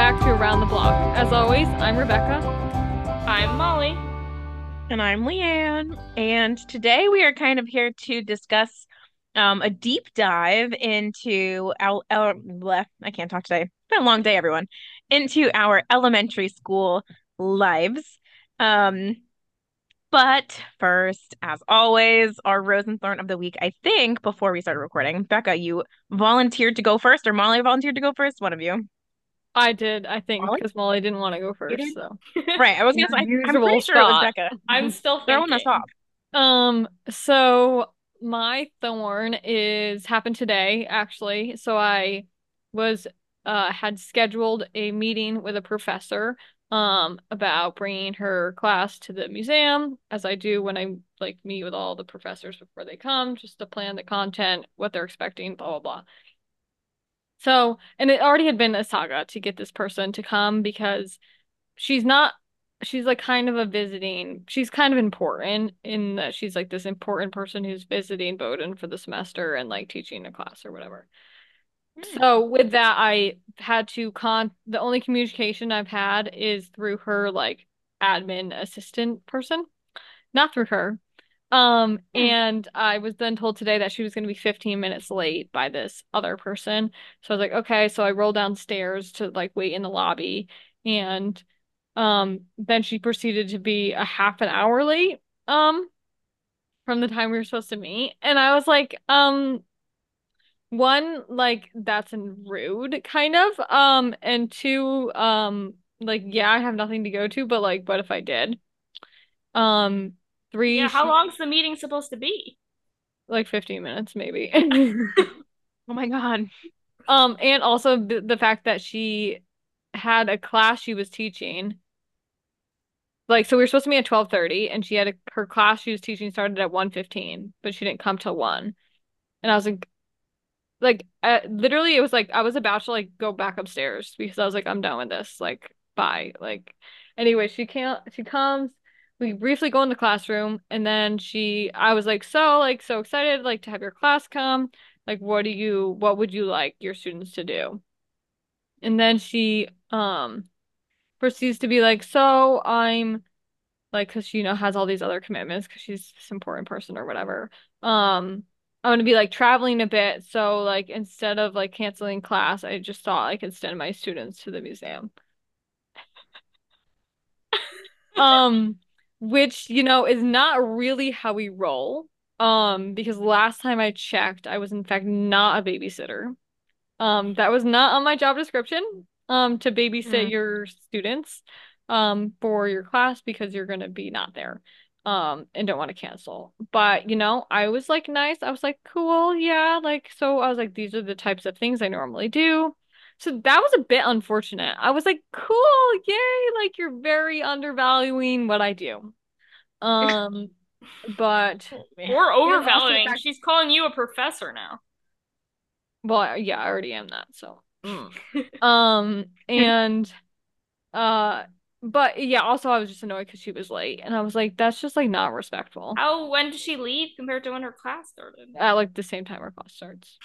the Block. As always, I'm Rebecca. I'm Molly. And I'm Leanne. And today we are kind of here to discuss um, a deep dive into our, our bleh, I can't talk today. It's been a long day, everyone. Into our elementary school lives. Um, but first, as always, our Rosenthorn of the week. I think before we started recording, Becca, you volunteered to go first, or Molly volunteered to go first. One of you, I did, I think, Molly? because Molly didn't want to go first. did? So Mm-hmm. right? I was gonna say, I'm Usual pretty sure it was spot. Becca. I'm still throwing us thinking. off. Um, so my thorn is happened today, actually. So I was uh had scheduled a meeting with a professor um about bringing her class to the museum, as I do when I like meet with all the professors before they come, just to plan the content, what they're expecting, blah blah blah. So, and it already had been a saga to get this person to come because she's not she's like kind of a visiting she's kind of important in that she's like this important person who's visiting Bowdoin for the semester and like teaching a class or whatever. So with that I had to con the only communication I've had is through her like admin assistant person, not through her. Um Hmm. and I was then told today that she was going to be 15 minutes late by this other person. So I was like, okay, so I roll downstairs to like wait in the lobby and um then she proceeded to be a half an hour late um from the time we were supposed to meet and I was like, um one like that's an rude kind of um and two um like yeah I have nothing to go to but like what if I did? Um three Yeah, how she- long's the meeting supposed to be? like 15 minutes maybe. Oh my god. Um, and also the, the fact that she had a class she was teaching. Like, so we were supposed to meet at 12:30 and she had a, her class she was teaching started at 1:15, but she didn't come till 1. And I was like like uh, literally it was like I was about to like go back upstairs because I was like I'm done with this. Like, bye. Like anyway, she can't she comes we briefly go in the classroom and then she I was like so like so excited like to have your class come like what do you what would you like your students to do and then she um proceeds to be like so i'm like because she you know has all these other commitments because she's this important person or whatever um i'm gonna be like traveling a bit so like instead of like canceling class i just thought i could send my students to the museum um which you know is not really how we roll um, because last time I checked, I was in fact not a babysitter. Um, that was not on my job description, um, to babysit Mm. your students, um, for your class because you're gonna be not there, um, and don't want to cancel. But, you know, I was like nice. I was like, cool, yeah. Like, so I was like, these are the types of things I normally do. So that was a bit unfortunate. I was like, cool, yay, like you're very undervaluing what I do. Um, but Oh, man. Or also overvaluing. fact- She's calling you a professor now. Well, I- yeah, I already am that, so. Um, and uh but yeah, also I was just annoyed because she was late and I was like, that's just like not respectful. How when did she leave compared to when her class started? At like the same time our class starts.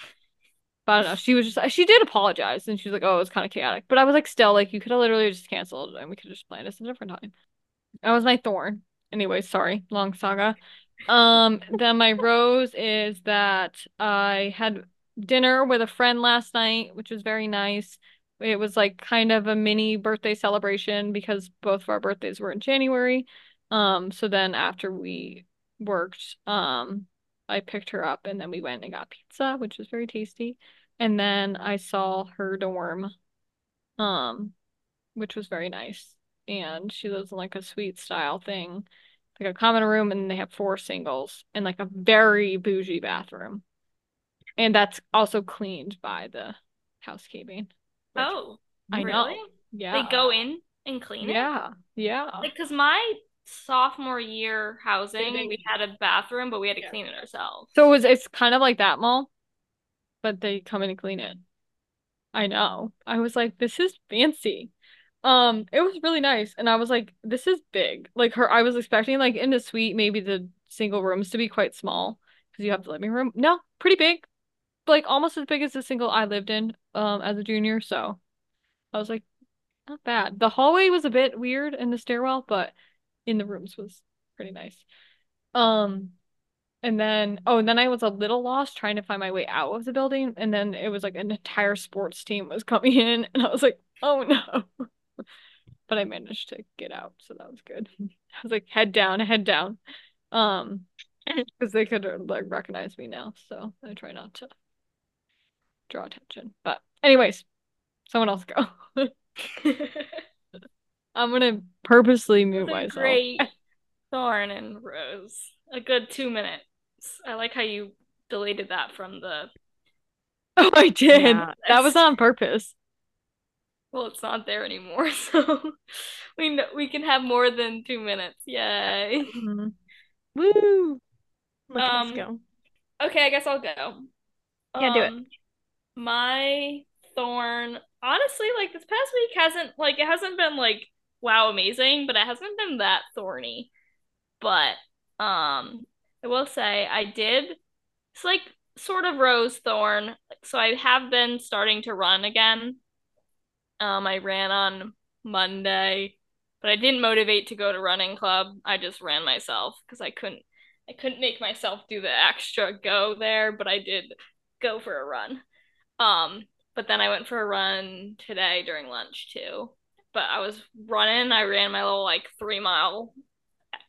But I don't know. She was just she did apologize and she was like, Oh, it was kind of chaotic. But I was like still like you could have literally just canceled and we could have just planned this a different time. That was my thorn. Anyway, sorry, long saga. Um, then my rose is that I had dinner with a friend last night, which was very nice. It was like kind of a mini birthday celebration because both of our birthdays were in January. Um, so then after we worked, um, I picked her up and then we went and got pizza, which was very tasty. And then I saw her dorm, um, which was very nice. And she lives in like a suite style thing, like a common room, and they have four singles and like a very bougie bathroom. And that's also cleaned by the housekeeping. which Oh, I know. really? Yeah. They go in and clean it? Yeah. Yeah. Like, cause my sophomore year housing, they- we had a bathroom, but we had to Yeah. clean it ourselves. So it was, it's kind of like that mall, but they come in and clean it. I know. I was like, this is fancy. Um, it was really nice, and I was like, this is big. Like her, I was expecting like in the suite, maybe the single rooms to be quite small because you have the living room. No, pretty big, like almost as big as the single I lived in, um, as a junior. So I was like, not bad. The hallway was a bit weird in the stairwell, but in the rooms was pretty nice. Um, and then oh, and then I was a little lost trying to find my way out of the building, and then it was like an entire sports team was coming in, and I was like, oh no. But I managed to get out, so that was good. I was like head down, head down. Um, Mm. because they could like recognize me now, so I try not to draw attention. But anyways, someone else go. I'm gonna purposely mute The myself. great Thorn and Rose. A good two minutes. I like how you deleted that from the. Oh, I did. Yeah. That was on purpose. Well, it's not there anymore, so we know, we can have more than two minutes. Yay! Woo! Look at us Um, go. Okay, I guess I'll go. Yeah, do it. Um, My thorn, honestly, like this past week hasn't like it hasn't been like wow amazing, but it hasn't been that thorny. But um, I will say I did. It's like sort of rose thorn, so I have been starting to run again. Um, I ran on Monday, but I didn't motivate to go to running club. I just ran myself because I couldn't. I couldn't make myself do the extra go there, but I did go for a run. Um, but then I went for a run today during lunch too. But I was running, I ran my little like three mile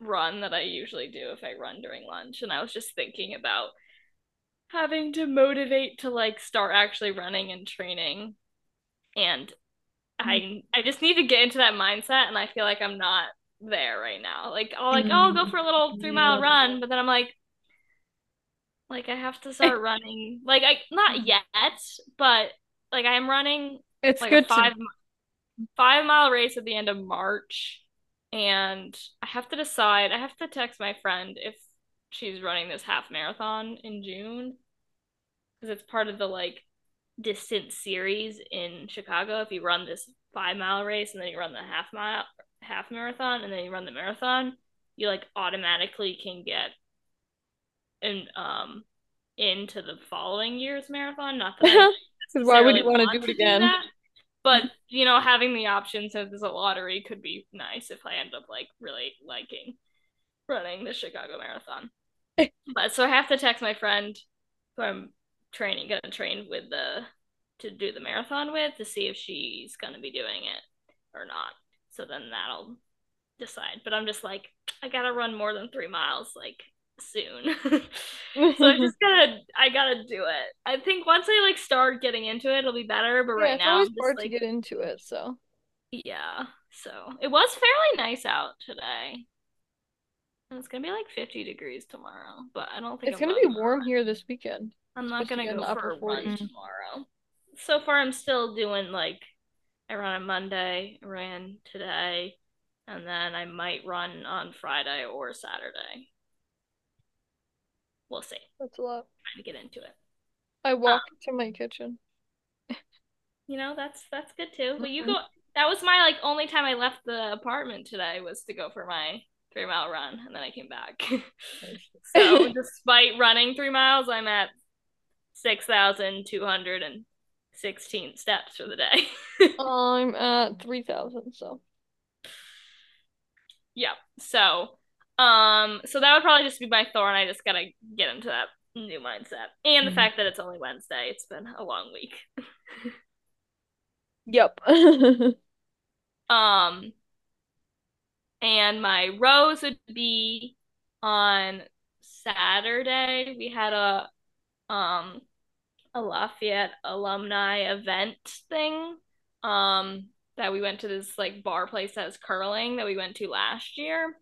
run that I usually do if I run during lunch. And I was just thinking about having to motivate to like start actually running and training. And I I just need to get into that mindset and I feel like I'm not there right now. Like I'll like, oh I'll go for a little three mile run, but then I'm like like I have to start running. Like I not yet, but like I am running It's like good a to five mi- five mile race at the end of March, and I have to decide. I have to text my friend if she's running this half marathon in June, because it's part of the like distance series in Chicago. If you run this five mile race and then you run the half mile half marathon and then you run the marathon, you like automatically can get in um into the following year's marathon. Not that I 'Cause why would you necessarily wanna want do it again? that, But you know, having the option so there's a lottery could be nice if I end up like really liking running the Chicago Marathon. but so I have to text my friend who I'm training gonna train with the to do the marathon with to see if she's gonna be doing it or not. So then that'll decide. But I'm just like, I gotta run more than three miles like soon. So I just gotta, I gotta do it. I think once I like start getting into it, it'll be better. But right it's now, always I'm just, hard like, to get into it. So yeah. So it was fairly nice out today, and it's gonna be like 50 degrees tomorrow. But I don't think it's I'm gonna be going out. warm here this weekend. I'm not supposed to gonna be in go the upper for a run 40s. tomorrow. So far, I'm still doing like I ran on Monday, I ran today, and then I might run on Friday or Saturday. We'll see. That's a lot. Trying to get into it. Uh, I walked to my kitchen. You know, that's that's good too. But you Mhm. go that was my like only time I left the apartment today was to go for my three mile run and then I came back. so despite running three miles, I'm at six thousand two hundred and sixteen steps for the day. I'm at three thousand. So yeah. So um so that would probably just be my thorn. I just gotta get into that new mindset. And the Mhm. fact that it's only Wednesday, it's been a long week. yep. That's Um, and my rose would be on Saturday. We had a um a Lafayette alumni event thing um that we went to this like bar place that was curling that we went to last year.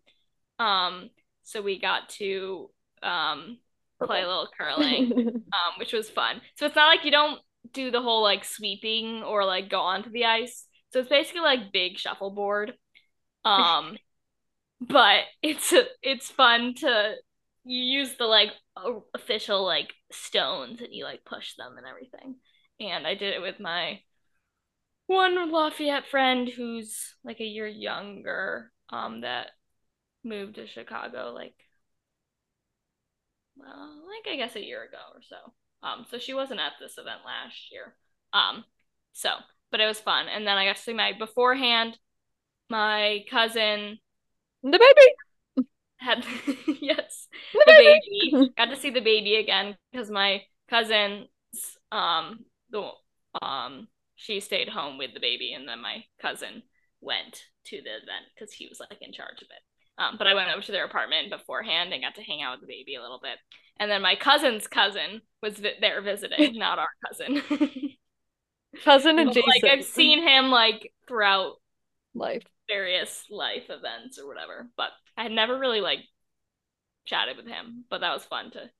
Um, so we got to um play a little curling um, which was fun. So it's not like you don't do the whole like sweeping or like go onto the ice. So it's basically like big shuffleboard. Um, but it's it's fun to you use the like o- official like stones and you like push them and everything. And I did it with my one Lafayette friend who's like a year younger, um, that moved to Chicago like well, like I guess a year ago or so. Um, so she wasn't at this event last year. Um, so but it was fun. And then I got to see my beforehand. My cousin The baby. had yes, The the baby. baby. got to see the baby again because my cousin, um, the um, she stayed home with the baby, and then my cousin went to the event because he was like in charge of it. Um, but I went over to their apartment beforehand and got to hang out with the baby a little bit. And then my cousin's cousin was vi- there visiting, not our cousin. Cousin and But, Jason. like I've seen him like throughout life. various life events or whatever. But I had never really like chatted with him. But that was fun to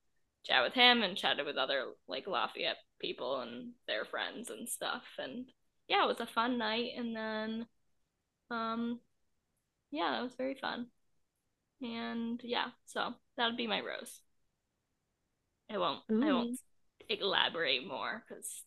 chat with him and chatted with other like Lafayette people and their friends and stuff. And yeah, it was a fun night. And then, um, yeah, that was very fun. And yeah, so that would be my rose. I won't. I won't Mm. elaborate more because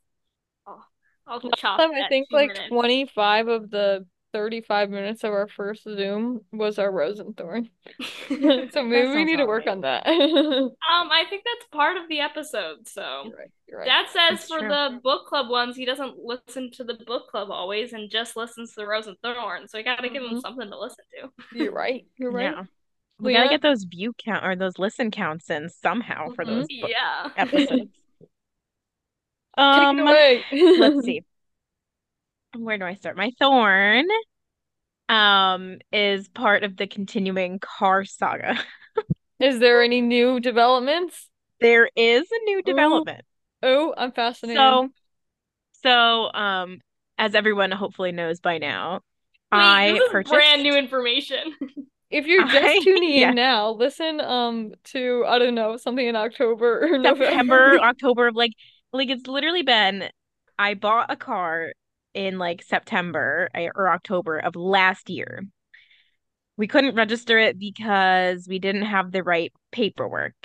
I'll, I'll chop. Last time, Um, I that think two like minutes. 25 of the 35 minutes of our first Zoom was our rose and thorn. So maybe we sounds need to about work right. on that. You're Um, I think that's part of the episode. So right, you're right. Dad says That's for true. the book club ones, he doesn't listen to the book club always, and just listens to the Rose and Thorn. So I gotta give him Mhm. something to listen to. You're right. You're right. Yeah. We gotta Leanna? get those view count or those listen counts in somehow for those book Mm-hmm. yeah. episodes. Take it Um, away. let's see. Where do I start? My thorn um is part of the continuing car saga. Is there any new developments? There is a new development. Oh, I'm fascinated. So, so um, as everyone hopefully knows by now, Wait, I this is purchased brand new information. if you're just I- tuning in yeah. now, listen um to I don't know, something in October or November. September, October of like like it's literally been I bought a car in like September I- or October of last year. We couldn't register it because we didn't have the right paperwork.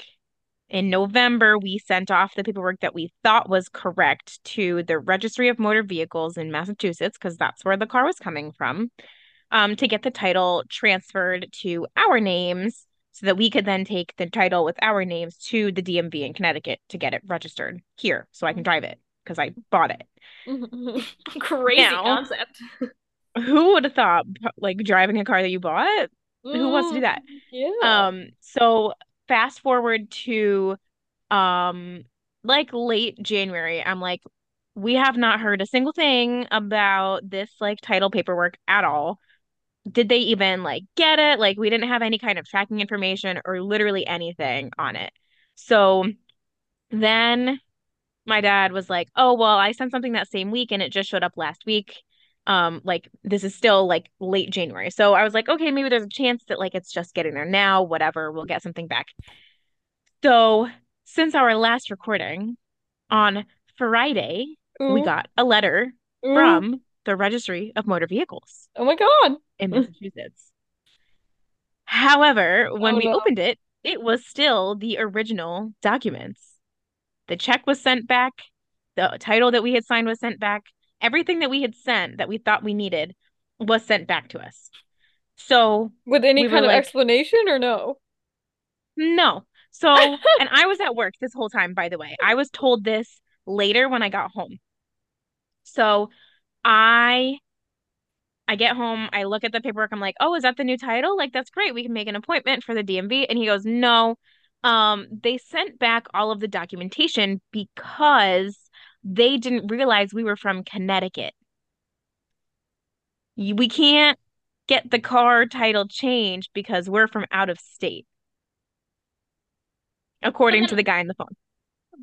In November, we sent off the paperwork that we thought was correct to the Registry of Motor Vehicles in Massachusetts because that's where the car was coming from, um, to get the title transferred to our names so that we could then take the title with our names to the DMV in Connecticut to get it registered here so I can drive it because I bought it. Crazy Now. concept. Who would have thought like driving a car that you bought? Who wants to do that? Mm, Yeah. Um, so fast forward to um like late January, I'm like, we have not heard a single thing about this like title paperwork at all. Did they even like get it? Like we didn't have any kind of tracking information or literally anything on it. So then my dad was like, "Oh, well, I sent something that same week and it just showed up last week." Um, like this is still like late January. So I was like, "Okay, maybe there's a chance that like it's just getting there now, whatever, we'll get something back." So, since our last recording on Friday, we Ooh, got a letter ooh. from the Registry of Motor Vehicles Oh my God. in Massachusetts. However, when Oh, we no. opened it, it was still the original documents. The check was sent back, the title that we had signed was sent back, everything that we had sent that we thought we needed was sent back to us. So, With any We were kind of like- explanation or no? no. So, and I was at work this whole time, by the way. I was told this later when I got home. So, I I get home, I look at the paperwork, I'm like, "Oh, is that the new title? Like that's great. We can make an appointment for the DMV." And he goes, "No. Um, they sent back all of the documentation because they didn't realize we were from Connecticut. You- We can't get the car title changed because we're from out of state." According to the guy on the phone.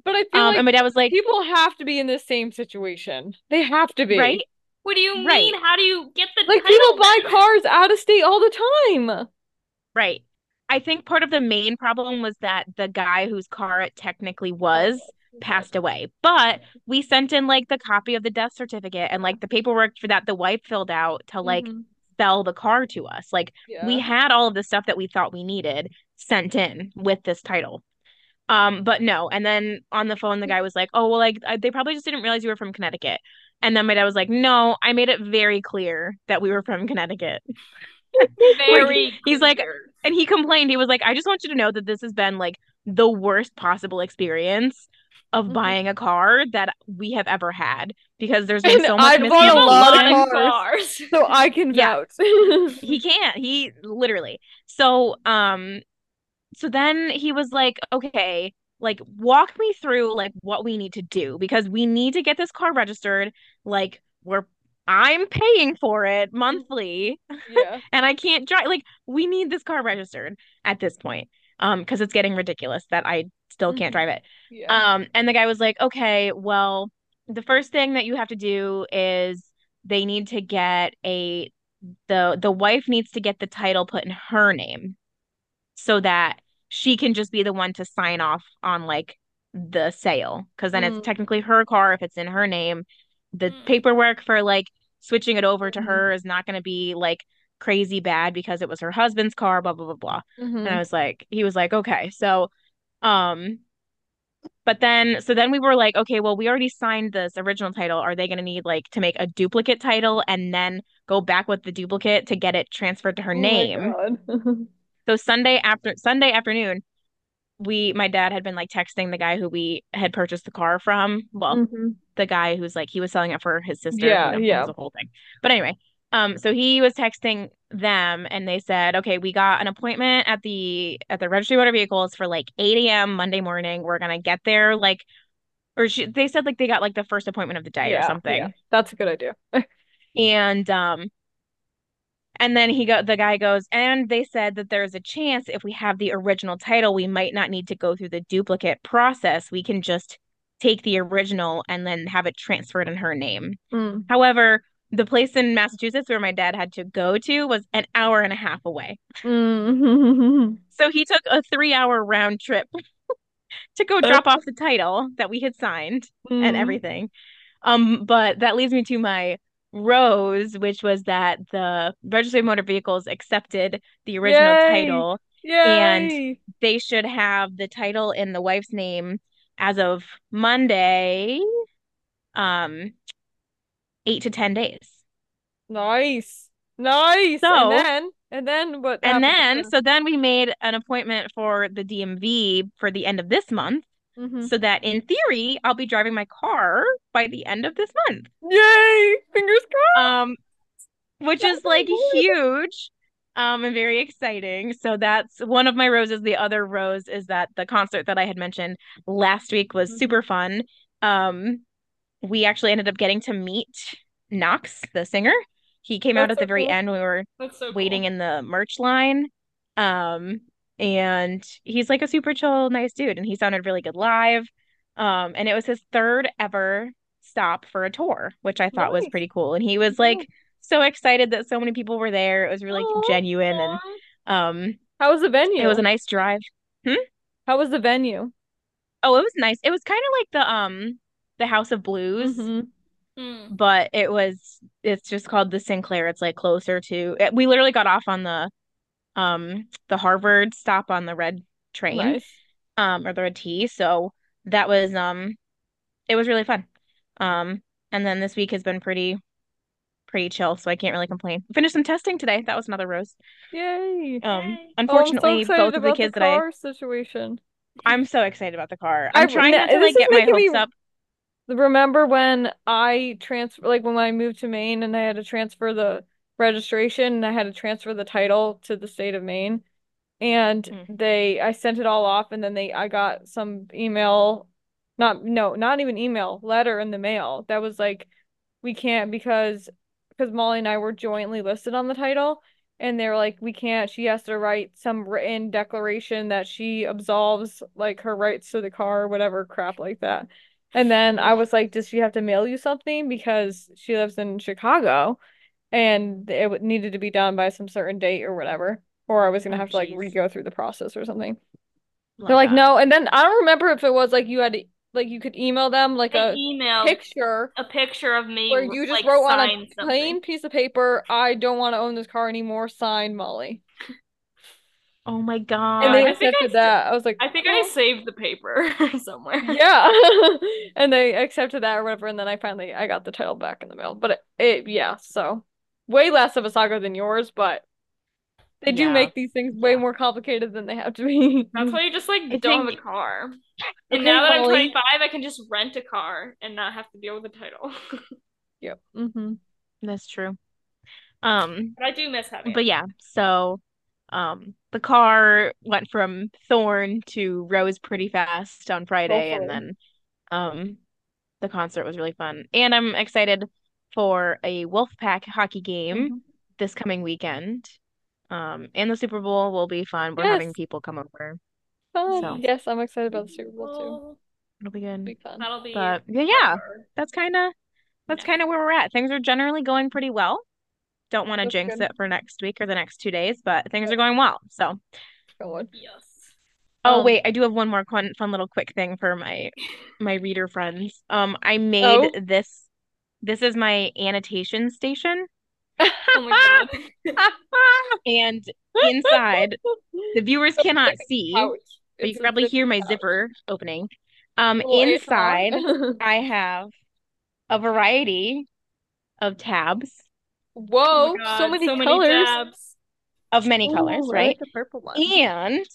But I feel Um, like and my dad was like, people have to be in the same situation. They have to be. right? What do you Right. mean? How do you get the Like title people buy back? cars out of state all the time. Right. I think part of the main problem was that the guy whose car it technically was passed away. But we sent in like the copy of the death certificate and like the paperwork for that the wife filled out to like Mm-hmm. Mhm. sell the car to us. Like we Yeah. had all of the stuff that we thought we needed sent in with this title. Um, but no. And then on the phone, the guy was like, "Oh, well, like I- they probably just didn't realize you were from Connecticut." And then my dad was like, "No, I made it very clear that we were from Connecticut." Very he's like, clear. And he complained. He was like, I just want you to know that this has been like the worst possible experience of Mhm. buying a car that we have ever had because there's been And so much I've bought a mishandling. lot of Lot of cars. cars. So I can Yeah. vouch. It's he can't he literally so um so then he was like okay like walk me through like what we need to do because we need to get this car registered like we're I'm paying for it monthly yeah. and I can't drive like we need this car registered at this point um because it's getting ridiculous that I still can't Mhm. drive it Yeah. um, and the guy was like, okay, well, the first thing that you have to do is they need to get a the the wife needs to get the title put in her name so that she can just be the one to sign off on like the sale because then Mm. it's technically her car if it's in her name. The Mm. paperwork for like switching it over to Mhm. her is not going to be like crazy bad because it was her husband's car, blah blah blah blah. Mm-hmm. And I was like, he was like, okay. So, um, but then, so then we were like, okay, well, we already signed this original title. Are they going to need like to make a duplicate title and then go back with the duplicate to get it transferred Oh to her name? So Sunday after Sunday afternoon, we, my dad had been like texting the guy who we had purchased the car from. Well, Mm-hmm. the guy who's like he was selling it for his sister. Yeah, whatever, yeah. It was a whole thing. But anyway, um, so he was texting them, and they said, "Okay, we got an appointment at the at the registry of motor vehicles for like 8 a.m. Monday morning. We're gonna get there like." Or she, they said like they got like the first appointment of the day or something, That's a good idea. and um, and then he go the guy goes, and they said that there's a chance if we have the original title, we might not need to go through the duplicate process. We can just take the original and then have it transferred in her name. Mm. However, the place in Massachusetts where my dad had to go to was an hour and a half away. Mm. So he took a three hour round trip to go drop off the title that we had signed and Mm-hmm. everything. Um, but that leads me to my rose, which was that the Registry of Motor Vehicles accepted the original Yay. title. Yay. And- They should have the title in the wife's name as of Monday, um, eight to 10 days. nice. Nice. and So- then and then what And then, happens so then we made an appointment for the DMV for the end of this month, Mhm. so that in theory, I'll be driving my car by the end of this month. Yay! Fingers crossed. Um, which That's is like amazing. huge, um, and very exciting. So that's one of my roses. The other rose is that the concert that I had mentioned last week was Mhm. super fun. Um, we actually ended up getting to meet Knox, the singer. He came out That's at so the very cool. end. We were That's so waiting cool. in the merch line. Um, and he's like a super chill, nice dude, and he sounded really good live. Um, and it was his third ever stop for a tour, which I thought was Nice. pretty cool. And he was Yeah. like so excited that so many people were there. It was really Aw, genuine and Aw. um How was the venue? it was a nice drive. How was the venue? Oh, it was nice. It was kind of like the um the House of Blues, Mhm. Mm. but it was it's just called the Sinclair. It's like closer to it, we literally got off on the um the Harvard stop on the red train. Nice. um or the red tea. So that was um it was really fun. Um and then this week has been pretty pretty chill, so I can't really complain. Finished some testing today. That was another roast. Yay. Um Yay. Oh, I'm so unfortunately excited both of the about kids the that I car situation. I'm so excited about the car. I- I'm trying no, not to this like is get my making me- hopes up. Remember when I transfer, like when I moved to Maine and I had to transfer the registration and I had to transfer the title to the state of Maine, and Mm. they, I sent it all off, and then they, I got some email, not, no, not even email, letter in the mail that was like, we can't because, because Molly and I were jointly listed on the title, and they were like, we can't. She has to write some written declaration that she absolves like her rights to the car, or whatever crap like that. And then I was like, does she have to mail you something? Because she lives in Chicago and it would- needed to be done by some certain date or whatever. Or I was gonna Oh, have to like jeez. re-go through the process or something. Love They're like, that. no. And then I don't remember if it was like you had to, like you could email them like I a emailed picture a picture of me where you just like, wrote on signed a something. plain piece of paper, I don't want to own this car anymore, signed Molly. Oh my And God. they I think I accepted st- that. I was like, I think "Well." I saved the paper somewhere. Yeah. And they accepted that or whatever, and then I finally I got the title back in the mail. But it, it yeah, so way less of a saga than yours, but They do Yeah. make these things way more complicated than they have to be. That's why you just like I don't have think- a car. And Okay, now that I'm Molly. 25, I can just rent a car and not have to deal with the title. Yep. Mm-hmm. That's true. Um, but I do miss having. but it. yeah, so um the car went from Thorn to Rose pretty fast on Friday and Hopefully. then um the concert was really fun. And I'm excited for a Wolfpack hockey Mm-hmm. game this coming weekend. Um, and the Super Bowl will be fun. We're having Yes. people come over. Fun. So. Oh, Yes, I'm excited about the Super Bowl too. Well, It'll be good. It'll be fun. That'll be But yeah, yeah, forever. that's kind of that's Yeah. kind of where we're at. Things are generally going pretty well. Don't want to That's jinx good. it for next week or the next two days, but things are going well. So. Good. Yes. Oh Um, wait, I do have one more fun, fun little quick thing for my my reader friends. Um, I made Oh? this. This is my annotation station, Oh my god. and inside the viewers cannot see, Ouch. but you It's can a probably zip hear my pouch. zipper opening. Um, Little apron. inside Oh I have a variety of tabs Whoa, Oh my so God, many colors. tabs. of Oh, many colors, Ooh, I right? like the purple one. And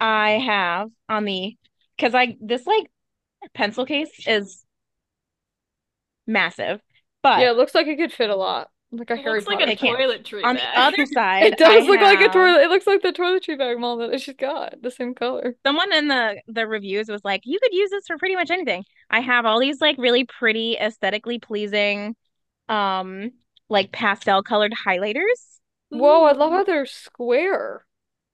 I have on the because I this like pencil case is massive, but Yeah, it looks like it could fit a lot. Like a It Harry looks like Potter. a I can't. toiletry on the bag. other side, It does I look like a have- toilet. It looks like the toiletry bag mom that she's got, the same color. Someone in the the reviews was like, "You could use this for pretty much anything." I have all these like really pretty, aesthetically pleasing, um, like pastel colored highlighters. Whoa, I Ooh. love how they're square.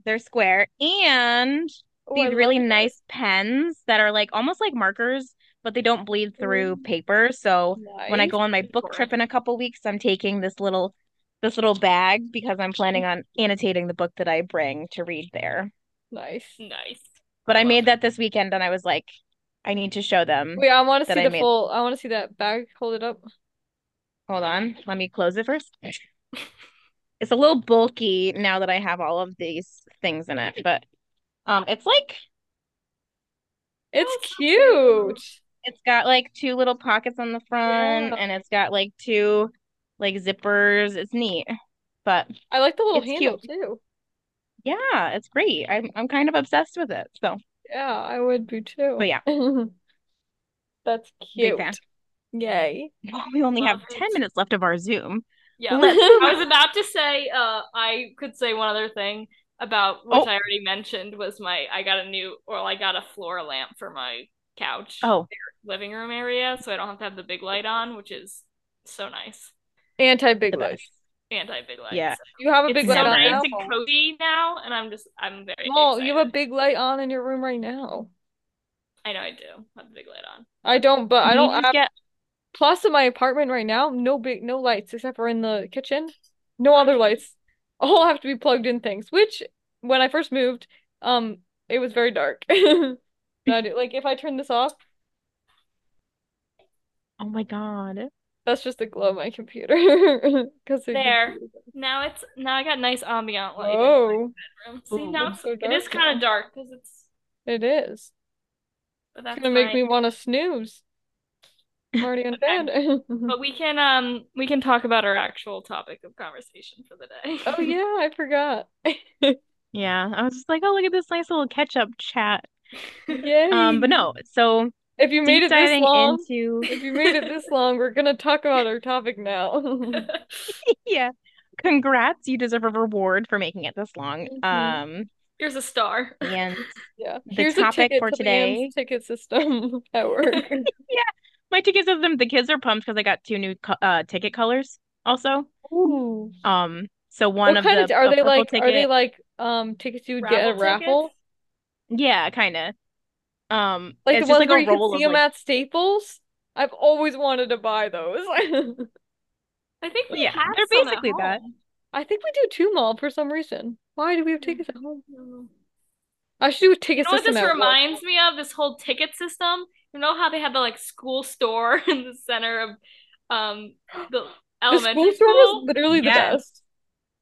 They're square and Oh, I these love really that. nice pens that are like almost like markers, but they don't bleed through Mm. paper. So when I Nice. go on my book Sure. trip in a couple weeks, I'm taking this little this little bag because I'm planning on annotating the book that I bring to read there. Nice. Nice. But I love made that this weekend and I was like, I need to show them. Wait, I want to Hmm, see that I the made. full. I want to see that bag. Hold it up. Hold on, let me close it first. It's a little bulky now that I have all of these things in it, but um it's like It's Oh, so cute. cute. it's got like two little pockets on the front Yeah. and it's got like two like zippers. It's neat. But I like the little It's handle too. yeah, it's great. I'm I'm kind of obsessed with it. So Yeah, I would be too. But yeah. That's Big fan. cute. Yay. well, Oh, we only have Love 10 it. minutes left of our Zoom. Yeah. I was about to say, uh, I could say one other thing about which Oh. I already mentioned was my I got a new or I got a floor lamp for my couch Oh, living room area, so I don't have to have the big light on, which is so nice. Anti big the light. best. Anti big light. Yeah. so- You have a It's big so light on nice now. and cozy now, and I'm just I'm very No, you have a excited. big light on in your room right now. I know I do have a big light on. I don't, but I You don't just have get plus in my apartment right now, no big no lights except for in the kitchen. No other lights. All have to be plugged in things, which when I first moved, um, it was very dark. Now I do- like if I turn this off, Oh my God. that's just the glow of my computer. Because There. Now it's now I got nice ambient light in my Oh, bedroom. See Ooh, now it's it's, so it is dark kind now. of dark because it's it is. but It's that's gonna make nice. me want to snooze. I'm already in Okay. bed. Oh, But we can um we can talk about our actual topic of conversation for the day. Oh yeah, I forgot. Yeah, I was just like, oh, look at this nice little catch up chat. Yay. Um, but no, so If you made it deep this diving long, into if you made it this long, we're gonna talk about our topic now. yeah, congrats, you deserve a reward for making it this long. Mhm. Um, Here's a star. and Yeah. The Here's a topic ticket for to Leanne's today- ticket system at work. my ticket system, the kids are pumped because I got two new co uh ticket colors also. Ooh. Um, so one What of kind the of are a they purple like are they ticket, like um tickets you would get at a raffle? yeah, kind of. Um, Like the ones it's just like where a you can roll see of them like, at Staples? I've always wanted to buy those. I think we yeah, have they're some at basically that. home. I think we do two mall for some reason. Why do we have Hmm. tickets at home? You I should do a ticket know what system this at work. reminds me of? This whole ticket system. You know how they had the like school store in the center of um the The school elementary store was school, literally the Yes. best.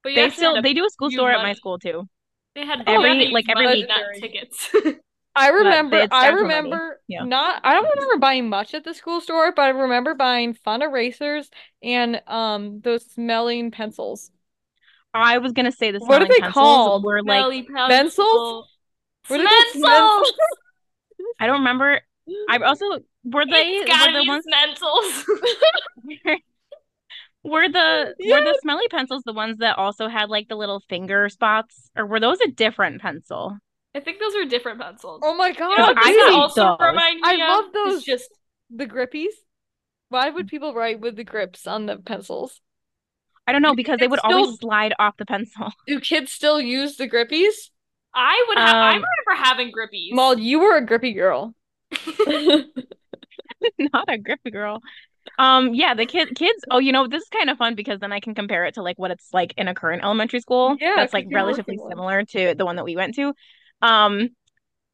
but you They actually had still to- they do a school use store at my money. school too. they had every- they had to like, use every money, week- not tickets. I but remember, it's I down for money. remember Yeah. not, I don't remember buying much at the school store, but I remember buying fun erasers and um those smelling pencils. I was gonna say the What are smelling they pencils called? were like Smelly pencils? What are Pencils. those Pencils. I don't remember. I also were they It's were gotta the be ones pencils. were the were the smelly pencils the ones that also had like the little finger spots or were those a different pencil? I think those are different pencils. Oh my You know god, what I these hate also those. remind me I of love is those. just the grippies. Why would people write with the grips on the pencils? I don't know because they would It's always still- slide off the pencil. Do kids still use the grippies? I would have. I Um, remember having grippies. Maul, you were a grippy girl. Not a grippy girl. Um yeah, the kid kids oh you know this is kind of fun because then I can compare it to like what it's like in a current elementary school Yeah, that's 'cause like you're working relatively one. similar to the one that we went to. Um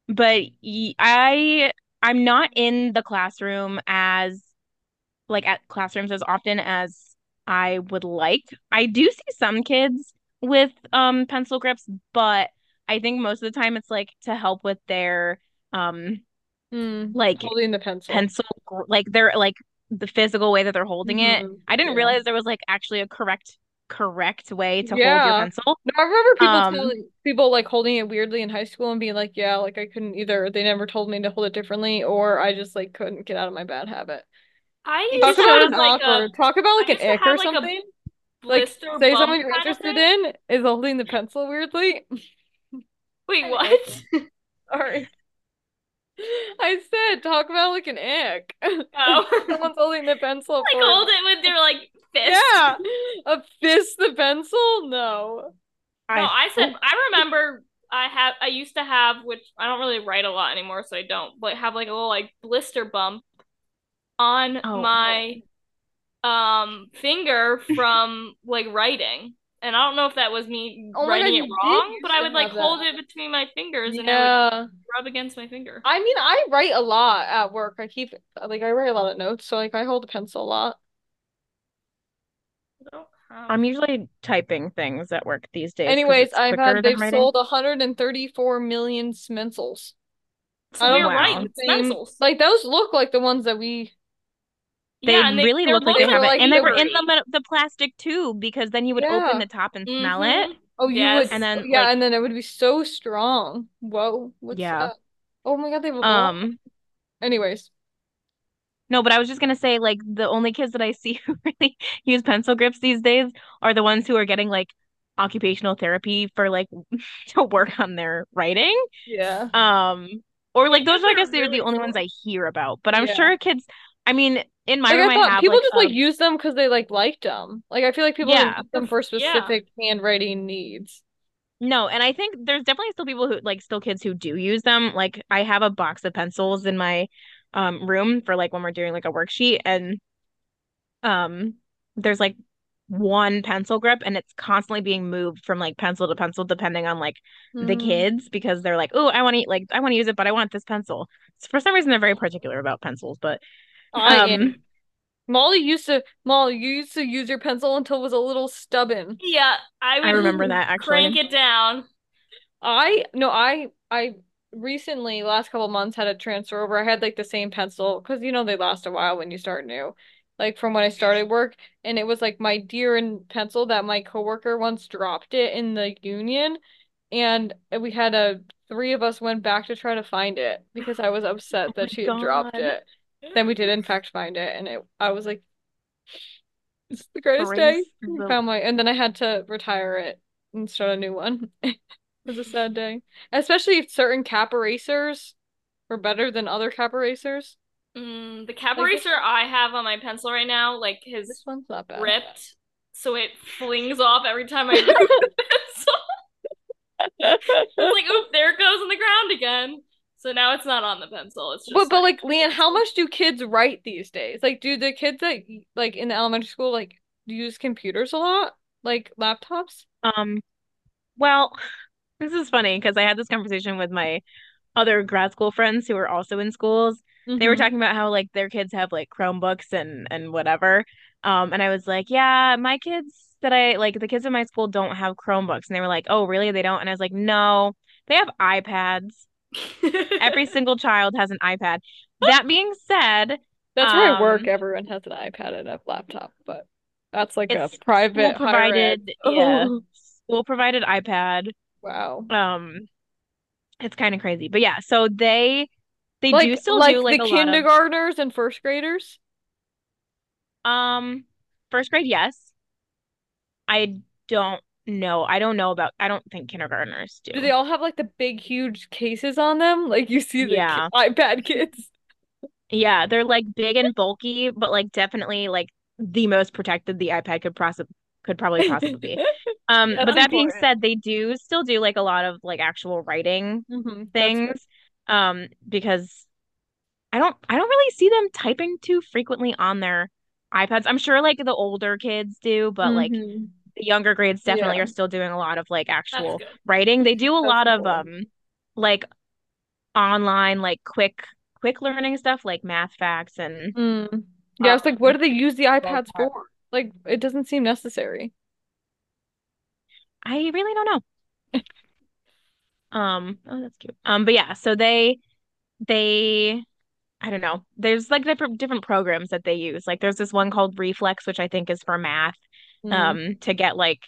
but y- I I'm not in the classroom as like at classrooms as often as I would like. I do see some kids with um pencil grips, but I think most of the time it's like to help with their um Mm, like holding the pencil. pencil gr- like their like the physical way that they're holding it. Mhm, I didn't yeah. realize there was like actually a correct correct way to hold your Yeah. pencil. No, I remember people Um, telling people like holding it weirdly in high school and being like, yeah, like I couldn't either. They never told me to hold it differently, or I just like couldn't get out of my bad habit. I used Talk to about have an like awkward. Talk about like I an used to ick have, or like, a something. a Like blister say bump something you're kind of interested thing. in is holding the pencil weirdly. Wait, what? Sorry. I said talk about like an ick. Oh. Someone's holding the pencil like forward. hold it with their like fist. Yeah. A fist the pencil? No. No, I said I remember I have I used to have which I don't really write a lot anymore, so I don't, but have like a little like blister bump on Oh, my um finger from like writing. And I don't know if that was me Oh my God, writing you it did wrong, but used I to would like have that. hold it between my fingers and it would Yeah. rub against my finger. I mean, I write a lot at work. I keep like I write a lot of notes, so like I hold a pencil a lot. I don't have- I'm usually typing things at work these days. 'cause Anyways, it's I've quicker had than they've writing. sold 134 million smencils. So I we don't were know. right. It's Same- pencils. Like those look like the ones that we They Yeah, and they really their look like they loads are, have it, like, and they were in glittery. the mi- the plastic tube because then you would open Yeah. the top and smell it. Mhm. Oh, you Yes. would, And then, yeah, like- and then it would be so strong. Whoa, what's Yeah. up? Oh my God, they have a lot. Um, Anyways, no, but I was just gonna say, like, the only kids that I see who really use pencil grips these days are the ones who are getting like occupational therapy for like to work on their writing. yeah, Um, or like Because those, I they're guess, they're the really only ones I hear about. But I'm Yeah. sure kids. I mean, in my like I room, I thought have people like just a- like use them because they like liked them. Like I feel like people Yeah. use them for Yeah. specific handwriting needs. No, and I think there's definitely still people who like still kids who do use them. Like I have a box of pencils in my um room for like when we're doing like a worksheet and um there's like one pencil grip and it's constantly being moved from like pencil to pencil depending on like the Mhm. kids because they're like, "Oh, I want to like I want to use it, but I want this pencil." So for some reason they're very particular about pencils, but Mm-hmm. I am. um Molly used to, Molly, you used to use your pencil until it was a little stubborn. Yeah, I would I remember that actually. crank it down. I no, I I recently last couple months had a transfer over. I had like the same pencil because you know they last a while when you start new. Like from when I started work, and it was like my dear and pencil that my coworker once dropped it in the union, and we had a three of us went back to try to find it because I was upset Oh my that she had dropped God. it. Then we did in fact find it, and it I was like, "It's the greatest day." Praise the- found my and then I had to retire it and start a new one. It was a sad day. Especially if certain cap erasers were better than other cap erasers. Mm, the cap Like this- eraser I have on my pencil right now, like This his one's not bad. ripped, so it flings off every time I move the pencil. It's like, oop, there it goes on the ground again. So now it's not on the pencil. It's just But but like, like Leanne, how much do kids write these days? Like do the kids that like in the elementary school like use computers a lot? Like laptops? Um, well, this is funny because I had this conversation with my other grad school friends who are also in schools. They were Mhm. talking about how like their kids have like Chromebooks and and whatever. Um, and I was like, yeah, my kids that I like the kids in my school don't have Chromebooks. And they were like, oh, really? They don't? And I was like, no, they have iPads. Every single child has an iPad. That being said, That's where I work. um, Everyone has an iPad and a laptop, but that's like a it's private higher ed. Oh, school-provided, yeah. school provided iPad. Wow. Um, it's kind of crazy, but yeah. So they they like, do still like do like the a lot of kindergartners and first graders. um first grade. Yes, I don't know. I don't know about. I don't think kindergartners do. Do they all have like the big, huge cases on them? Like you see the ki- Yeah. iPad kids. Yeah, they're like big and bulky, but like definitely like the most protected the iPad could possi could probably possibly be. Um, That's but that being important. said, they do still do like a lot of like actual writing Mhm, that's good. Mm-hmm. things, um, because I don't I don't really see them typing too frequently on their iPads. I'm sure like the older kids do, but like Mhm. the younger grades definitely Yeah. are still doing a lot of like That's actual good. writing. They do a That's lot of um important. like online like quick quick learning stuff like math facts and Mm. Yeah, I was like, what do they use the iPads uh, that. for? Like, it doesn't seem necessary. I really don't know. Um, oh, that's cute. Um, but yeah, so they they I don't know. There's like different different programs that they use. Like there's this one called Reflex, which I think is for math, Mm-hmm. Mm. um, to get like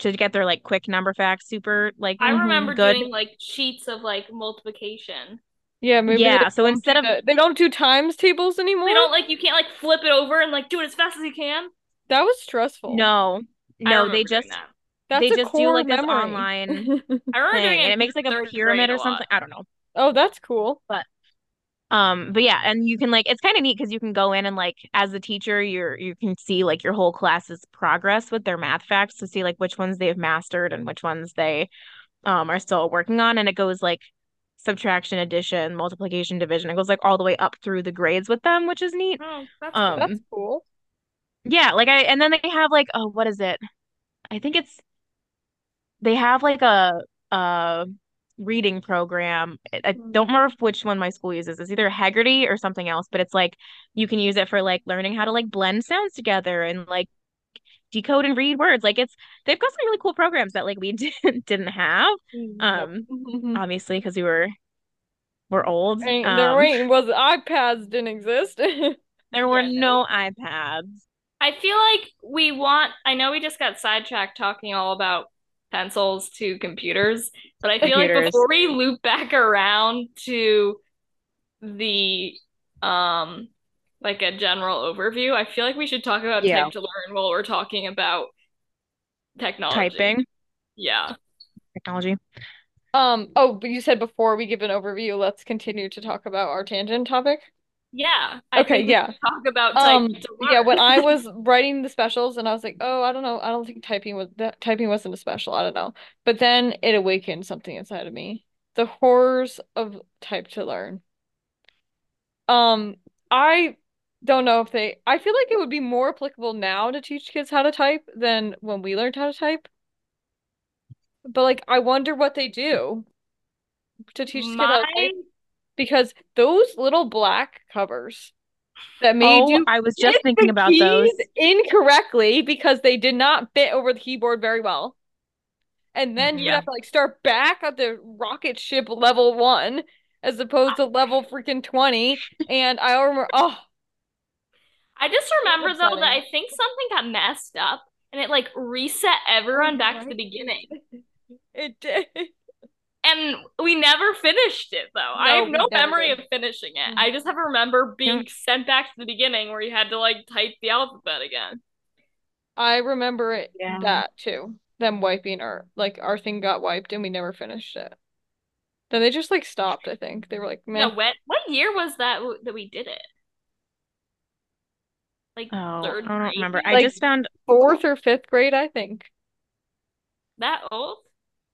to get their like quick number facts super like mm-hmm, I Mhm, remember good. doing like sheets of like multiplication. Yeah, maybe they yeah, so don't do instead of the- they don't do times tables anymore. They don't like you can't like flip it over and like do it as fast as you can. That was stressful. no, I no, remember they doing just that. That's they a just do, core like, this memory. online- I remember thing doing and it in makes like a third grade pyramid a or lot. something. I don't know. Oh, that's cool. Um, but yeah, and you can like it's kind of neat because you can go in and like as a teacher, you're you can see like your whole class's progress with their math facts to see like which ones they've mastered and which ones they um are still working on, and it goes like subtraction, addition, multiplication, division. It goes like all the way up through the grades with them, which is neat. Oh, that's Um, That's cool. Yeah, like I and then they have like oh what is it? I think it's they have like a a reading program. I I Hmm. don't remember which one my school uses. It's either Haggerty or something else, but it's like you can use it for like learning how to like blend sounds together and like decode and read words. Like it's they've got some really cool programs that like we didn't didn't have, um, Mhm. obviously, because we were we're old. Ain't- Um, there ain't was iPads didn't exist. there were Yeah, no iPads. I feel like we want, I know we just got sidetracked talking all about pencils to computers, but I feel like Computers. before we loop back around to the um like a general overview, I feel like we should talk about Yeah. type to learn while we're talking about technology. Typing, Yeah. technology. Um, oh, but you said before we give an overview, let's continue to talk about our tangent topic. Yeah. I Okay, think we yeah. should talk about type Um, to yeah, when learn. I was writing the specials and I was like, oh, I don't know, I don't think typing was that typing wasn't a special, I don't know. But then it awakened something inside of me. The horrors of type to learn. Um, I don't know if they I feel like it would be more applicable now to teach kids how to type than when we learned how to type. But like I wonder what they do to teach kids how to type. My because those little black covers that made Oh, you I was just hit the thinking about keys those. incorrectly because they did not fit over the keyboard very well. And then you would Yeah. have to like start back at the rocket ship level one as opposed to level freaking 20. And I remember, oh, I just remember though that I upsetting. think something got messed up and it like reset everyone back to the beginning. it did. And we never finished it though. No, I have we no never memory did. Mm-hmm. of finishing it. I just have remember being sent back to the beginning where you had to like type the alphabet again. I remember it Yeah. that too. Them wiping our like our thing got wiped and we never finished it. Then they just like stopped, I think. They were like, No, man, what what year was that w- that we did it? Like Oh, third I don't grade remember. I maybe? Like- just found fourth or fifth grade, I think. that old?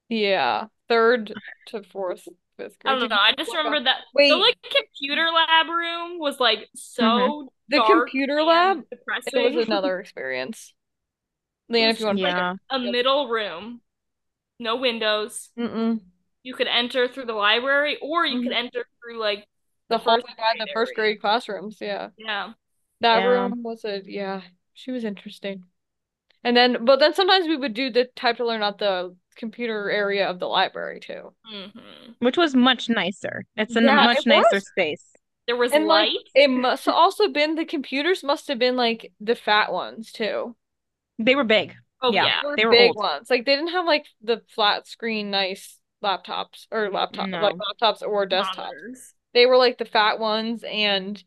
Yeah, third to fourth, fifth I grade. don't know. I just remember that Wait. the like computer lab room was like so The dark Mm-hmm. computer and lab, it depressing. was another experience. Leanne, if you want like- yeah. a middle room, no windows. Mm-mm. You could enter through the library or you Mm-hmm. could enter through like The first hallway behind the grade first area. grade classrooms, yeah. yeah. That Yeah. room was a, yeah, she was interesting. And then, but then sometimes we would do the type to learn at the computer area of the library too. hmm Which was much nicer. It's in a Yeah, much it nicer was. space. There was And like light. it must also been the computers must have been like the fat ones too. They were big. Oh Yeah. yeah. They were they were big old. ones. Like they didn't have like the flat screen nice laptops or laptop No. like laptops or desktops. Monitors. They were like the fat ones and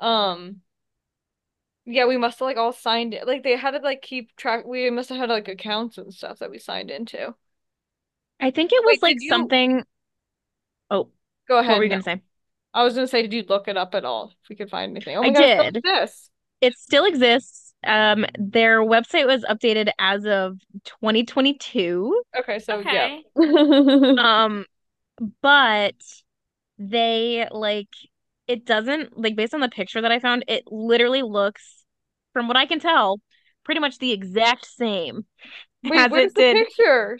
um yeah, we must have like all signed it. Like they had to like keep track we must have had like accounts and stuff that we signed into. I think it was Wait, like did you- something. Oh, Go what ahead. were you no. gonna say? I was gonna say, did you look it up at all? If we could find anything. Oh I my God, look at did. this. It still exists. Um, their website was updated as of 2022. Okay, so yeah. Okay. Um, but they like it doesn't like based on the picture that I found, it literally looks, from what I can tell, pretty much the exact same Wait, as where's it the did. picture?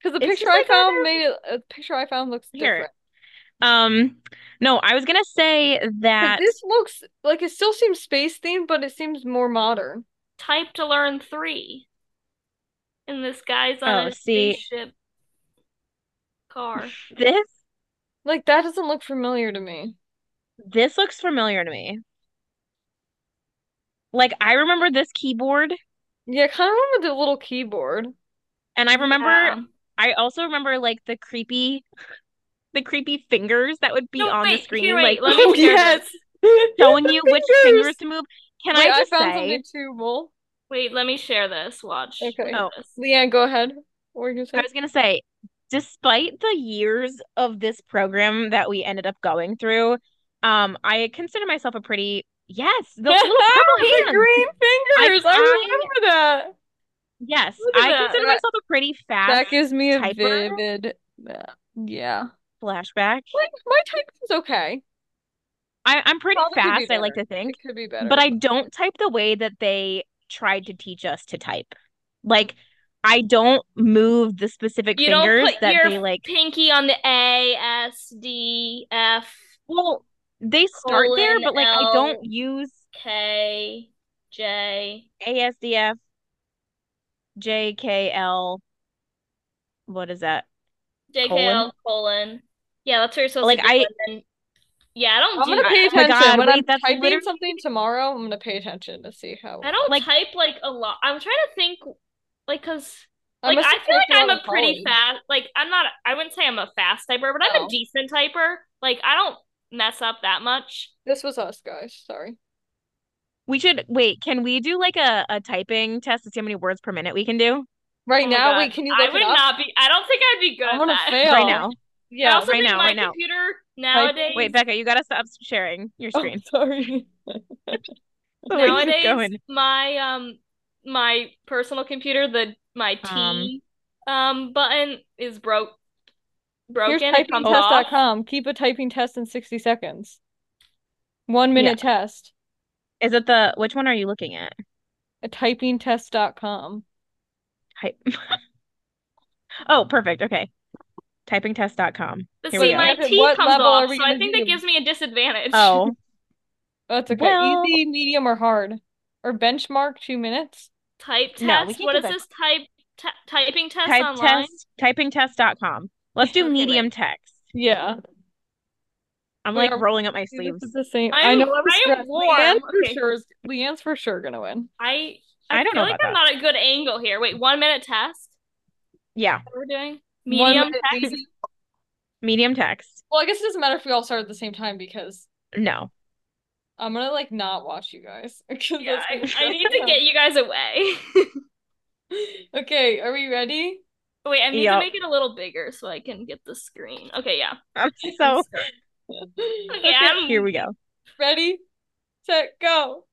Because the It's just picture I like right found there. made it, a picture I found looks Here. different. Um, no, I was gonna say 'Cause that This looks like it still seems space themed, but it seems more modern. Type to learn three. And this guy's Oh, on a see. spaceship car. this Like that doesn't look familiar to me. this looks familiar to me. Like I remember this keyboard, Yeah, I kind of remember the little keyboard. and I remember Yeah. I also remember like the creepy the creepy fingers that would be No, on the wait, screen, here, wait, like let me Oh, share yes. this. showing The you which fingers to move. Can Wait, I I just found say something too, Mole. Wait, let me share this. Watch. Look Okay. at Oh. this. Leanne, go ahead. What were you I gonna say? was gonna say, despite the years of this program that we ended up going through, um, I consider myself a pretty yes, the little purple The hands. green fingers. I, I- remember that. Yes, Look at I that. consider That- myself a pretty That fast gives me a typer. vivid. uh, Yeah. flashback. Like, my type is okay. I, I'm pretty Probably could be fast, I like to think. It could be better. but I don't type the way that they tried to teach us to type. Like, I don't move the specific You don't fingers put that your they like. Pinky on the A, S, D, F, Well, they start there, colon, but like I L. don't use K, J. ASDF, JKL. What is that? JKL colon. Yeah, that's what you're supposed Like, to do. I- and then- yeah, I don't I'm do gonna that. pay Oh my attention God, when wait, I'm that's typing literally- something tomorrow. I'm gonna pay attention to see how. I don't like- type like a lot. I'm trying to think, like, cause I like must I have feel like typed I'm lot a in college. pretty fast. Like I'm not. I wouldn't say I'm a fast typer, but I'm No. a decent typer. Like I don't mess up that much. This was us, guys. Sorry. We should wait. Can we do like a, a typing test to see how many words per minute we can do Right Oh my now, God. wait, can you I look it would up? not be. I don't think I'd be good I'm at gonna that. fail. right now? I Yeah. also right think now, my right now. computer nowadays. Wait, Becca, you gotta stop sharing your Oh, screen. sorry. Oh, wait, keep Nowadays, going. my um my personal computer, the my T um button is broke Here's broken. It comes off. typingtest.com. Keep a typing test in 60 seconds. One minute test. Is it the which one are you looking at? A typingtest.com. Type. Oh, perfect. Okay. Typingtest.com. But Here we see, go. my At T what comes level are off, we so I gonna think that do? gives me a disadvantage. Oh, That's okay. Well- Easy, medium, or hard? Or benchmark, two minutes? Type No, we test. can't What do is that. this type t typing test type online? test, typingtest.com. Let's do Okay, wait. medium text. Yeah. I'm Wait, like are we rolling up my See, This sleeves. is the same. I I am- know the I am stress. warm. Leanne's for Okay. sure. is- Leanne's for sure gonna win. I I don't feel know like about I'm not a good angle here. Wait, one minute test Yeah, that we're doing? One Medium minute, text? medium. medium text. Well, I guess it doesn't matter if we all start at the same time because No. I'm gonna like not watch you guys. 'Cause Yeah, I, that's- I need to get you guys away. Okay, are we ready? Wait, I need Yep. to make it a little bigger so I can get the screen. Okay, yeah. I'm so Okay, I'm here we go. Ready, set, go.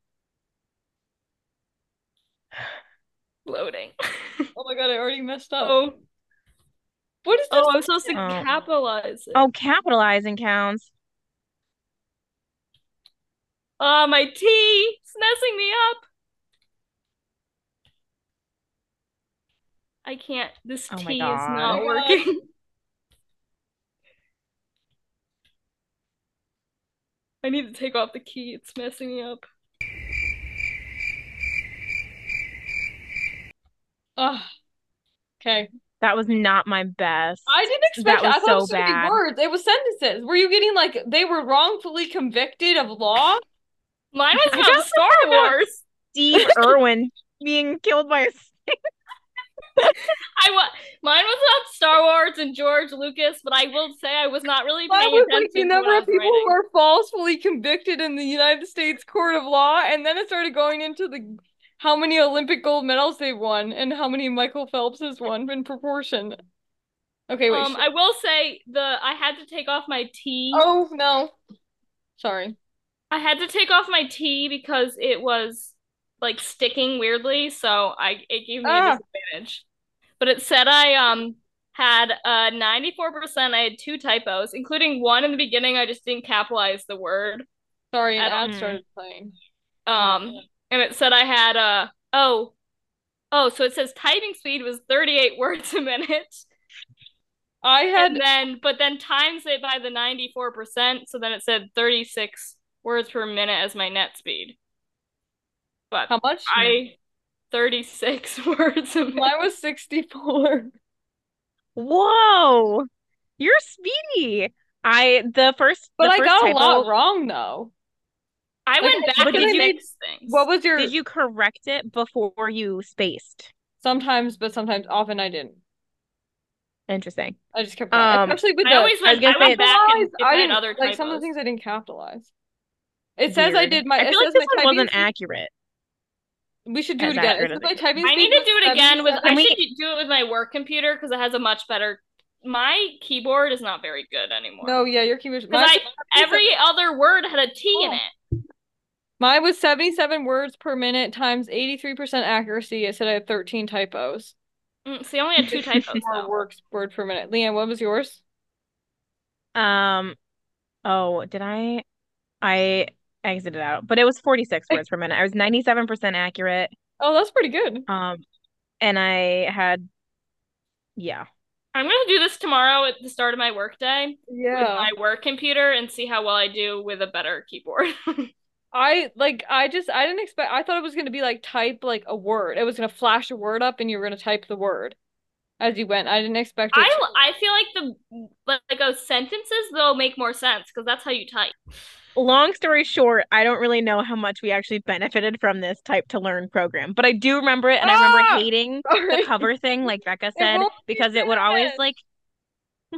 loading. Oh my god, I already messed up. Oh, What is this? oh, I'm supposed to Oh. capitalize it. Oh, capitalizing counts. Ah, my tea! It's messing me up. I can't. This Oh my tea is God. not Oh my God. working. I need to take off the key. It's messing me up. Ugh. Okay. That was not my best. I didn't expect was I thought it was so gonna be bad. words. It was sentences. Were you getting like they were wrongfully convicted of law? Mine was I about just Star about- Wars. Steve Irwin being killed by a I wa- mine was about Star Wars and George Lucas, but I will say I was not really Why paying was attention like the to number of what I was people writing. who are falsely convicted in the United States court of law, and then it started going into the how many Olympic gold medals they've won and how many Michael Phelps has won in proportion. Okay, wait. Um, sh- I will say the I had to take off my T. oh no, sorry. I had to take off my T because it was like sticking weirdly, so I it gave me Ah. a disadvantage. But it said I um had uh 94%. I had two typos, including one in the beginning. I just didn't capitalize the word. Sorry, an I ad don't- started playing. Um, yeah. and it said I had uh oh oh so it says typing speed was 38 words a minute. I And had then but then times it by the 94%, so then it said 36 words per minute as my net speed. But how much? I 36 words a minute. Mine was 64. Whoa, you're speedy. I the first But the I first got a typo- lot wrong though. I Like, went I- back but and did you- fixed things. What was your Did you correct it before you spaced? sometimes, but sometimes often I didn't. Interesting. I just kept Um, going. Especially with I the I always was went, gonna I say- went back and capitalized. did I my didn't other like some of the typos. things I didn't capitalize. It says I Weird. did my. I Uh, it feel like says this my one wasn't typing accurate. speed- We should do it as again. It accurate says as my it typing I speed need to was do it again with I 77. should do it with my work computer because it has a much better my keyboard is not very good anymore. No, yeah, your keyboard. Because Mine, I every other word had a T in Oh. it. mine was seventy-seven words per minute times eighty-three percent accuracy. It said I had thirteen typos. Mm, so you only had two typos More though. words word per minute. Leanne, what was yours? Um, oh, did I? I exited out, but it was 46 words per minute. I was 97% accurate. Oh, that's pretty good. Um, and I had, yeah. I'm gonna do this tomorrow at the start of my work day with Yeah. my work computer and see how well I do with a better keyboard. I like I just I didn't expect I thought it was gonna be like type like a word. It was gonna flash a word up and you were gonna type the word as you went. I didn't expect it I to- I feel like the like those sentences though make more sense because that's how you type. Long story short, I don't really know how much we actually benefited from this type to learn program, but I do remember it, and I remember Ah! hating the Sorry. cover thing, like Becca said, won't be because it would always finished. like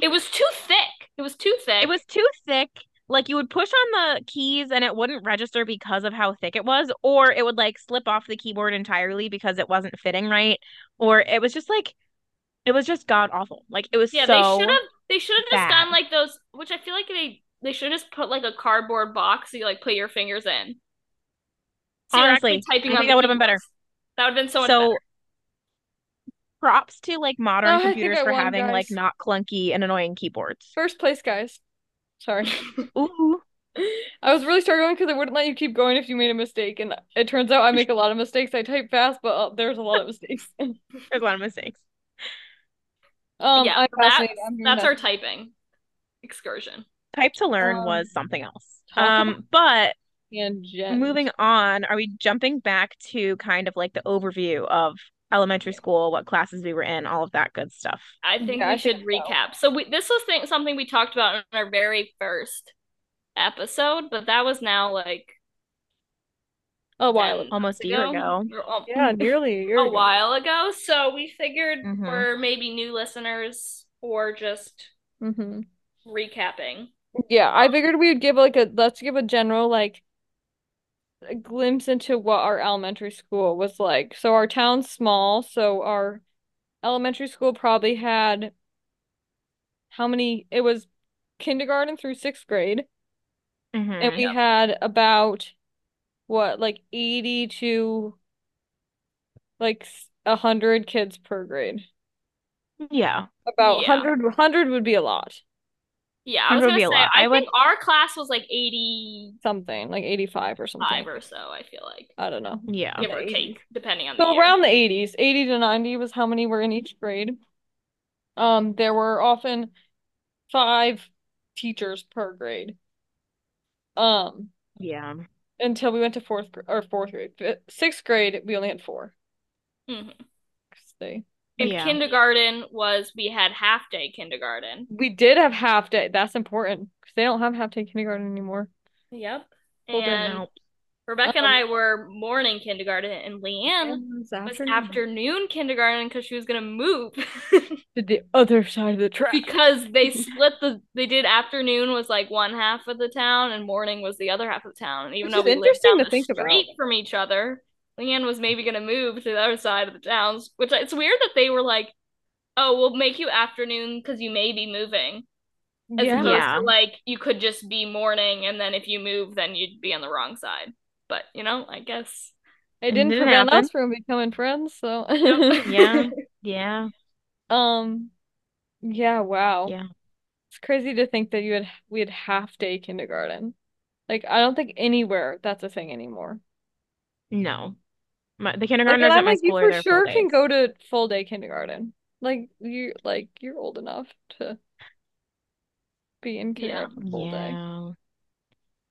It was too thick. It was too thick. it was too thick. Like you would push on the keys and it wouldn't register because of how thick it was, or it would like slip off the keyboard entirely because it wasn't fitting right, or it was just like it was just god awful. Like it was yeah. so they should have they should have bad. just done like those, which I feel like they they should just put like a cardboard box that you like put your fingers in. So you're actually Honestly, typing I on think the that would've been better. keyboards. That would have been so much better. so props to like Oh, I modern think computers I for won, having like guys. not clunky and annoying keyboards. First place, guys. Sorry. Ooh. I was really struggling because it wouldn't let you keep going if you made a mistake, and it turns out I make a lot of mistakes. I type fast, but uh, there's a lot of mistakes. Um, There's a lot of mistakes. um, Yeah, I'm so fascinated. Um, that's- I'm doing That's that. our typing excursion. Type to learn Um, was something else. talk Um, but And Jen. moving on, are we jumping back to kind of like the overview of elementary school, what classes we were in, all of that good stuff? I think Yeah, I we should think so. recap. So we this was thing, something we talked about in our very first episode, but that was now like a while ago. Almost a year ago. Or, um, Yeah, nearly a year a ago. while ago. So we figured Mhm. we're maybe new listeners or just Mhm. recapping. Yeah, I figured we would give like a let's give a general like a glimpse into what our elementary school was like. So our town's small, so our elementary school probably had how many? It was kindergarten through sixth grade, and Mm-hmm, Mhm. we had about what like 80 to like s- 100 kids per grade. Yeah. About Yeah. 100 100 would be a lot, Yeah, I was 100 would gonna be a say lot. I, I would- think our class was like 85 something like 85 or something. or so, I feel like. I don't know. Yeah. Give or Okay. take, depending on the So year. around the 80s, 80 to 90 was how many were in each grade. Um, there were often five teachers per grade. Um, Yeah. until we went to fourth gr- or fourth grade, Fi- sixth grade, we only had four. Mhm. 'Cause they And Yeah. kindergarten was we had half day kindergarten. we did have half day. That's important because they don't have half day kindergarten anymore. Yep. Well, they're And Now, Rebecca and Um, I were morning kindergarten, and Leanne Um, was afternoon kindergarten because she was gonna move to the other side of the track. because they split the they did afternoon was like one half of the town and morning was the other half of the town. And even Which though is we interesting lived down to the think about. street from each other, Leanne was maybe gonna move to the other side of the towns, which it's weird that they were like, "Oh, we'll make you afternoon because you may be moving," as Yeah. opposed Yeah. to like you could just be morning and then if you move, then you'd be on the wrong side. But you know, I guess. It didn't Didn't prevent happen. us from becoming friends, so Yeah. Yeah. um yeah, wow. Yeah. It's crazy to think that you had we had half day kindergarten. Like I don't think anywhere that's a thing anymore. No. My, the Like, and kindergartners at I'm my like, you school for are there full sure can days. go to full day kindergarten. Like you like you're old enough to be in kindergarten full day. Yeah.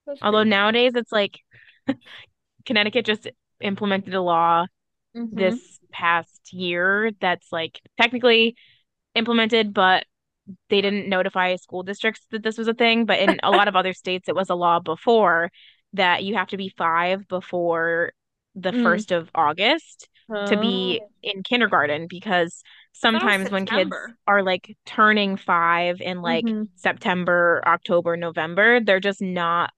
That's Although crazy. nowadays it's like Connecticut just implemented a law Mhm. this past year that's like technically implemented, but they didn't notify school districts that this was a thing. But in a lot of other states, it was a law before that you have to be five before the Mm. first of August to be Oh. in kindergarten because was sometimes when kids September. are like turning five in like Mhm. September, October, November, they're just not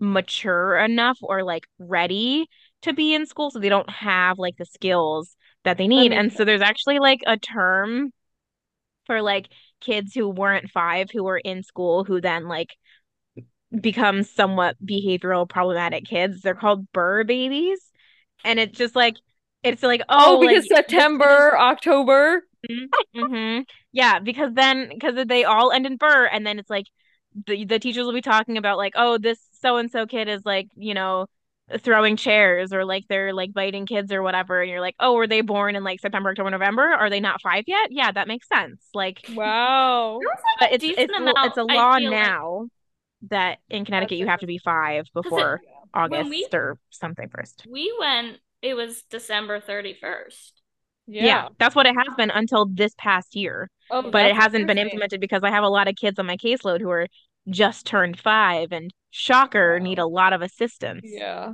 mature enough or like ready to be in school. So they don't have like the skills that they need. makes And so there's actually like a term for like kids who weren't five who were in school who then like become somewhat behavioral problematic kids. They're called burr babies. And it's just like, it's like, Oh, oh, because like, this is- September, October. hmm Yeah, because then because they all end in burr, and then it's like the the teachers will be talking about like, oh, this so and so kid is like, you know, throwing chairs or like they're like biting kids or whatever, and you're like, oh, were they born in like September, October, November? Are they not five yet? Yeah, that makes sense. Like, Wow. but it's decent it's a- amount, it's a I law feel like. now that in Connecticut you That's have to be five 'Cause it- before August we- or something first. we went. It was December thirty first. Yeah. Yeah. that's what it has been until this past year. Oh, but it that's hasn't been interesting. implemented because I have a lot of kids on my caseload who are just turned five and shocker need a lot of assistance. Yeah.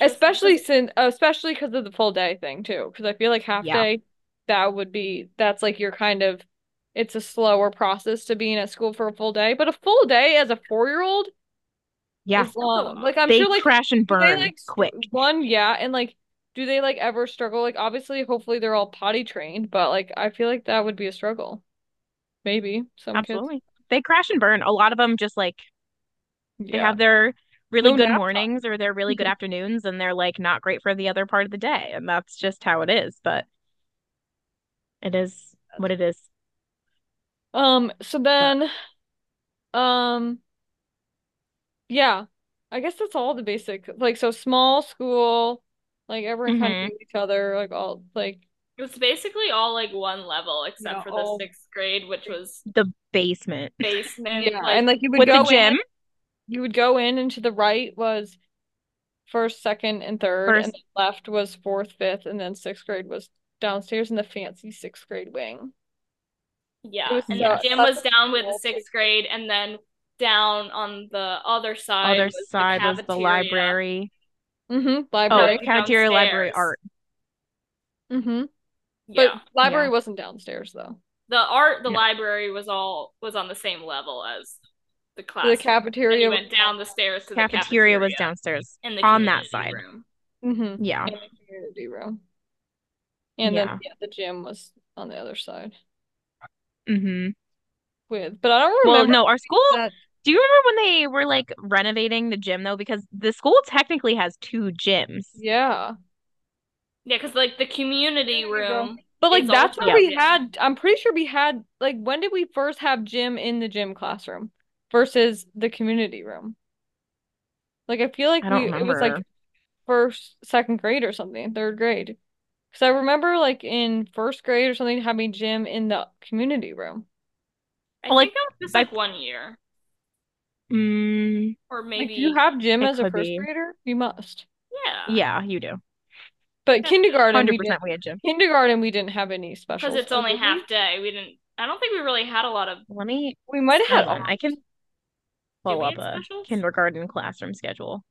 Especially since, especially because of the full day thing too. Because I feel like half Yeah. day, that would be, that's like your kind of, it's a slower process to being at school for a full day. But a full day as a four year old Yeah. is long. Like I'm they sure, like crash and do they burn like str- quick. one, yeah, and like, do they like ever struggle? Like obviously, hopefully they're all potty trained, but like I feel like that would be a struggle. Maybe some kids, Absolutely. They crash and burn. A lot of them just like they yeah. have their really No nap good time. Mm-hmm. mornings or their really good afternoons and they're like not great for the other part of the day. And that's just how it is. But it is what it is. Um, so then, um, yeah, I guess that's all the basic, like, so small school, like, everyone kind of Mm-hmm. Mhm. knew each other, like, all, like, It was basically all like one level except Yeah, for all- the sixth grade, which was The basement basement. yeah, like, and like, you would with go the in, gym. you would go in, and to the right was first, second, and third, and First- then left was fourth, fifth, and then sixth grade was downstairs in the fancy sixth grade wing. yeah. was and so- the gym was down with the sixth grade, and then down on the other side Other was the side was the cafeteria. library. Mm-hmm, Oh, library. Right. cafeteria, library, Downstairs. art. Mm-hmm. But Yeah, library Yeah. wasn't downstairs, though. the art, the Yeah. library was all was on the same level as the class. The And cafeteria you went down the stairs to the Cafeteria was downstairs. in the on that community side. room. Mm-hmm. Yeah. in the community room. And then Yeah. yeah, the gym was on the other side hmm with, but I don't Well, remember Oh, no, our school. that. Do you remember when they were like renovating the gym though? Because the school technically has two gyms. Yeah. Yeah, because like the community There you go. room. But like It's that's also what a we gym. had. I'm pretty sure we had like when did we first have gym in the gym classroom versus the community room? Like I feel like I don't we it was like remember. first, second grade or something, third grade. Because I remember like in first grade or something having gym in the community room. I Well, think like, that was just I- like one year Mm, or Like maybe. do you have gym It as a could first be. grader? You must. yeah. yeah, you do. But Yeah, kindergarten we Hundred didn't percent, we had gym. Kindergarten, we didn't have any special Because it's stuff, only did we? half day. We didn't. I don't think we really had a lot of. Let me We might have had hang on. I can Did pull we up have a specials? kindergarten classroom schedule.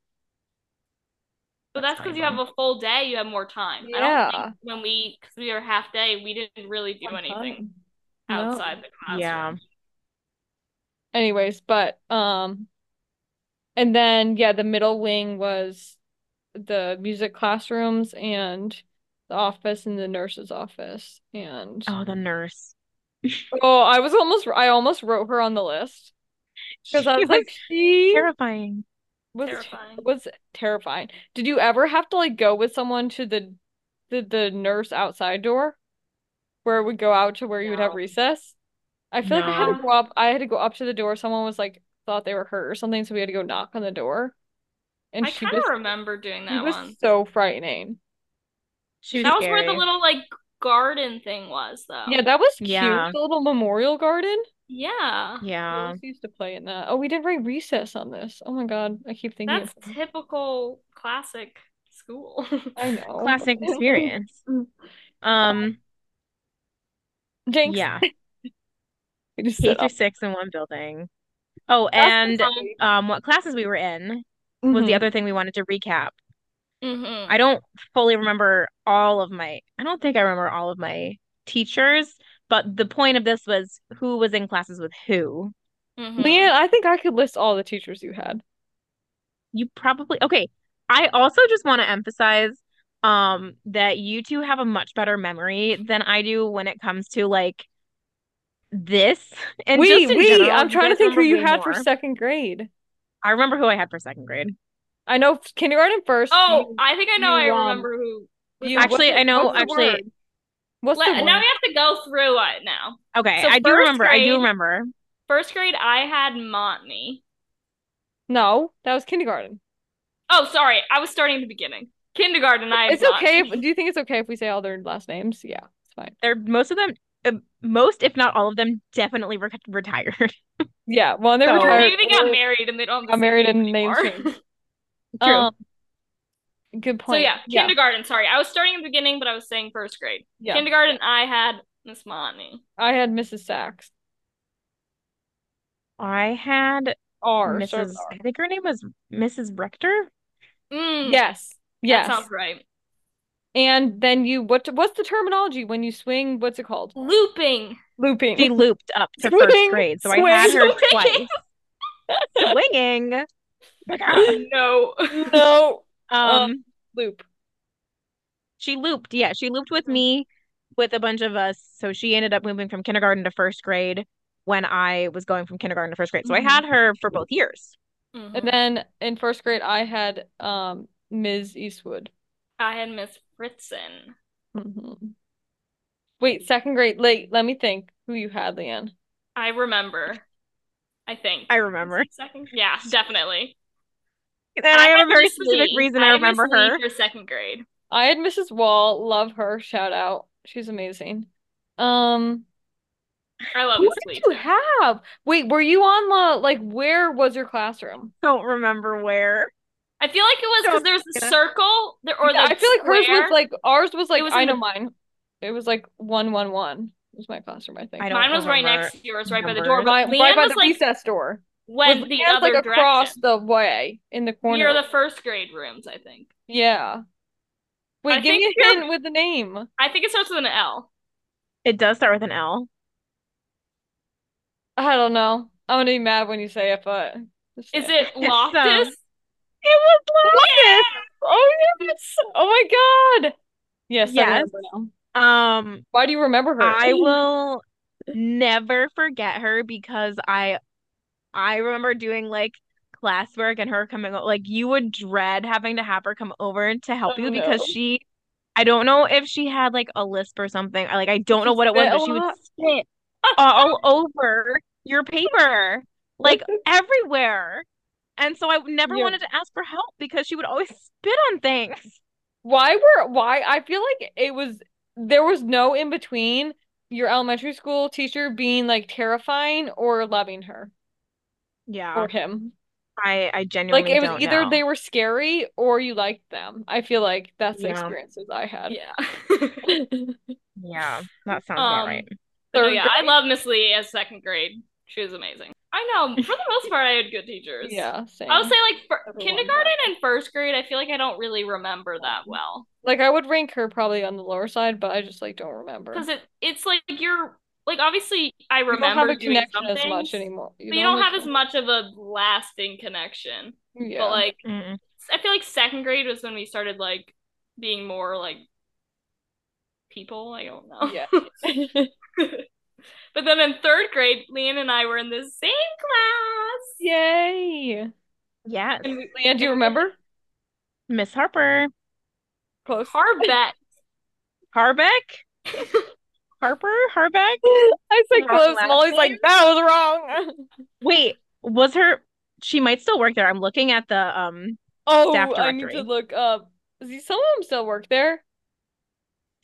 But That's that's because not you have a full day, you have more time. I don't Yeah. think when we, because we were half day, we didn't really do anything No. outside the classroom. Yeah. Anyways, but um and then yeah, the middle wing was the music classrooms and the office and the nurse's office and Oh, the nurse. oh, I was almost I almost wrote her on the list because I She was like she terrifying. was Terrifying. was terrifying. Did you ever have to like go with someone to the the, the nurse outside door where it would go out to where you would have No. recess? I feel like I had to No. go up I had to go up to the door. Someone was like thought they were hurt or something, so we had to go knock on the door. And I she kind of was remember doing she that was one. so frightening. She was That was where the scary. little like garden thing was, though. Yeah, that was cute. Yeah. The little memorial garden. Yeah. We Yeah. always used to play in that. Oh, we did write recess on this. Oh my God, I keep thinking That's of typical classic school. I know. Classic experience. Um, Jinx. yeah. We just K set through up. six in one building. Oh, That's and fine. um, what classes we were in was the Mhm. other thing we wanted to recap. Mhm. I don't fully remember all of my, I don't think I remember all of my teachers, but the point of this was who was in classes with who. Hmm. Mhm. Leanne, I think I could list all the teachers you had. You probably, okay. I also just want to emphasize um that you two have a much better memory than I do when it comes to like this and we, just in we, general, I'm trying to guys think who remember you way had for more. second grade. I remember who I had for second grade. I know f- kindergarten first. Oh, you- I think I know. I you, um, remember who. you- what's Actually, what's I the- know- what's the actually- word? What's the Le- now word? we have to go through it now. Okay, So I do first remember. I grade- do remember. First grade, I had Montney. No, that was kindergarten. Oh, sorry, I was starting at the beginning. Kindergarten, I had It's okay. Montney. If, do you think it's okay if we say all their last names? Yeah, it's fine. They're most of them, uh, most if not all of them, definitely re retired. Yeah, well, they So- Or retired. maybe they got married and they don't have the Got same married name and names anymore. changed. True. Um, good So point. yeah, kindergarten. Sorry, I was starting at the beginning, but I was saying first grade. yeah. Kindergarten, I had Miss Montney. I had Mrs. Sachs. I had R. started Mrs. with R. I think her name was Mrs. Rector. Mm, Yes. that Yes. sounds right. And then you what what's the terminology when you swing? What's it called? Looping. Looping. She looped up to Swing, first grade, so I had swing, her swing. twice. Swinging. no. No. Um, Loop. she looped. Yeah, she looped with me, with a bunch of us. So she ended up moving from kindergarten to first grade when I was going from kindergarten to first grade. So I Mhm. had her for both years. And Mhm. then in first grade, I had um Ms. Eastwood. I had Miss Fritzen. Mhm. Wait, second grade. Like, let me think who you had, Leanne. I remember. I think. I remember. Second. Yeah, definitely. And I had have a very Miss specific Lee. reason I had Miss remember Lee her. for second grade. I had Mrs. Wall. Love her. Shout out. She's amazing. Um, I love who Miss did Lee. you too. have? Wait, were you on the like? Where was your classroom? Don't remember where. I feel like it was because there was a Yeah. circle there, or Yeah, I the feel like hers was square. like ours was like It was I in the- know mine. It was like one one one was my classroom, I think. I don't Mine was right remember- next to yours, right by the remember. door. But My, Leanne right by was the like recess door. went Was the Leanne's, other like across direction. the way in the corner. Near the first grade rooms, I think. Yeah. Wait, I give me think a you're- hint with the name. I think it starts with an L. It does start with an L. I don't know. I'm gonna be mad when you say it, but just Is say it Loftus? It was Loftus. Oh yes! Oh my God! Yes, I Yes. remember now. Um, Why do you remember her? I will never forget her because I, I remember doing like classwork and her coming o- like you would dread having to have her come over to help Oh, you because no. she, I don't know if she had like a lisp or something. Or, like I don't She know what it was, spit a but she would lot. spit all over your paper, like everywhere. And so I never Yeah. wanted to ask for help because she would always spit on things. Why were why I feel like it was there was no in between your elementary school teacher being like terrifying or loving her Yeah. or him. I I Like genuinely it was don't either know. they were scary or you liked them. I feel like that's the Yeah. experiences I had. Yeah. Yeah, that sounds Um, about right. So Third yeah, I grade. love Miss Lee as second grade. She was amazing. I I know. For the most part, I had good teachers. Yeah, same. I would say like fir- Everyone kindergarten and first grade. I feel like I don't really remember that well like I would rank her probably on the lower side, but I just like don't remember. because it it's like you're like obviously I You don't have remember a doing connection as something, much anymore. but you don't have as much of a lasting connection. Yeah. But like Mm-mm. I feel like second grade was when we started like being more like people. I don't know. Yeah. But then in third grade, Leanne and I were in the same class. Yay. Yes. And we- Leanne, do you remember? Miss Harper. Close. Harbeck. Harbeck? Harper? Harbeck? I said Wrong close. last Molly's name? like, that was wrong. Wait, was her she might still work there. I'm looking at the um Oh, Staff I need to directory. look up. See, some of them still work there.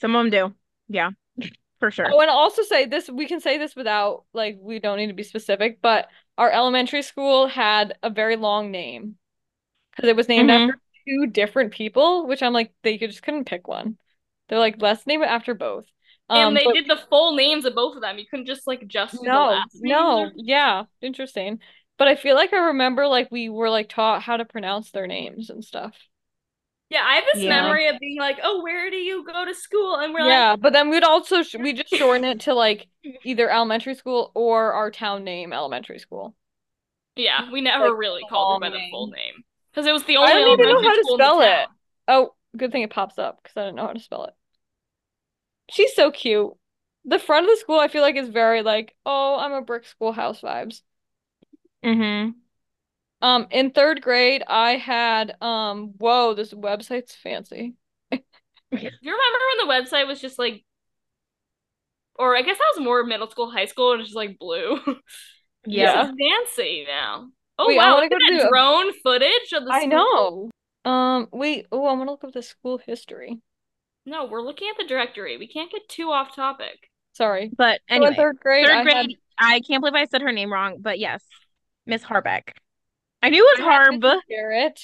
some of them do. Yeah. For sure. Oh, and I'll also say this, we can say this without, like, we don't need to be specific, but our elementary school had a very long name because it was named Mhm. Mm-hmm. after two different people, which I'm like, they could- just couldn't pick one. They're like, let's name it after both. Um, and they but did the full names of both of them. You couldn't just like just do the no, last names no, or- yeah, interesting. But I feel like I remember, like, we were like taught how to pronounce their names and stuff. Yeah, I have this Yeah. memory of being like, "Oh, where do you go to school?" And we're Yeah, but then we'd also sh we just shorten it to like either elementary school or our town name elementary school. like, "Yeah, we never Like, really called her by the long full name because it was the I only don't even know elementary how to school in the spell it. town." Oh, good thing it pops up because I don't know how to spell it. She's so cute. The front of the school I feel like is very like, oh, I'm a brick schoolhouse vibes. Mm-hmm. Um, in third grade I had um, whoa, this website's fancy. Do you remember when the website was just like, or I guess that was more middle school, high school, and it's just like blue. Yeah. This is fancy now. Oh Wait, I wow, wanna look at go that to a- drone footage of the I school. know. Um, wait, oh, I'm gonna look up the school history. No, we're looking at the directory. We can't get too off topic. Sorry. But So in anyway, third grade third I grade, had I can't believe I said her name wrong, but yes. Miss Harbeck. I knew it was I had Harb. Mrs. Garrett.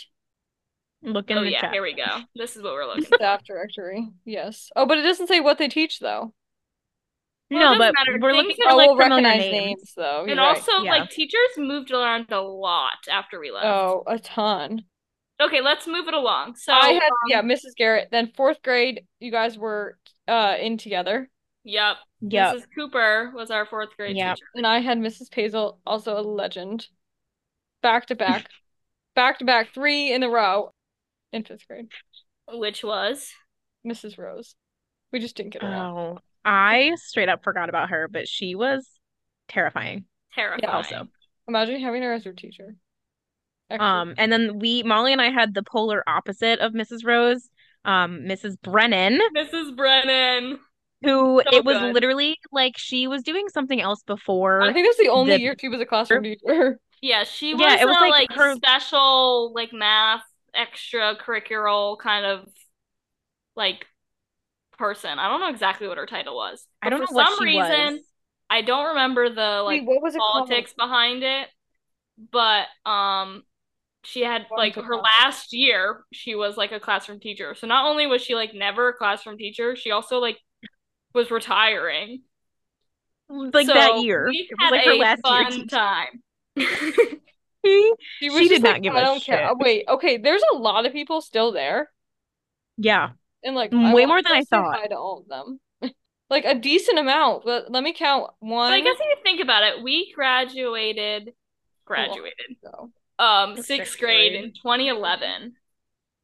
Look in Oh the yeah, chat. here we go. This is what we're looking for. Staff directory, yes. Oh, but it doesn't say what they teach though. Well, it No, but doesn't matter. we're They looking can- at Oh, like we'll familiar recognize names. names though. And You're right. also, yeah. like teachers moved around a lot after uh, we left. Oh, a ton. Okay, let's move it along. So I um, had yeah, Mrs. Garrett. Then fourth grade, you guys were uh in together, Yep. Yeah. Mrs. Cooper was our fourth grade Yep. teacher. and I had Mrs. Paisel, also a legend. Back to back, back to back, three in a row in fifth grade. Which was Mrs. Rose. We just didn't get around. Oh, I straight up forgot about her, but she was terrifying terrifying. also. Imagine having her as your teacher. Actually, Um, and then we, Molly and I had the polar opposite of Mrs. Rose, um, Mrs. Brennan, Mrs. Brennan. who So it was good. literally like she was doing something else I before. think that's the only the- year she was a classroom teacher. Yeah, Yeah, she was, it was a, like like her- special like math extracurricular kind of like person. I don't know exactly what her title was. I But don't for know what some she reason, was. I don't remember the like Wait, what was it called? politics behind it, but um she had Wanted like to her classroom. last year she was like a classroom teacher. So not only was she like never a classroom teacher, she also like was retiring. Like that So year. we It was had like her a last year fun teaching. time. She She was did just like, not give I a don't care. shit. Uh, Wait, okay, there's a lot of people still there, Yeah. and like Way wanna more than go I say thought. Hi to all of them, like a decent amount. Let, let me count one. But I guess if you think about it, we graduated, graduated, so. um, Sixth sixth grade grade. in 2011.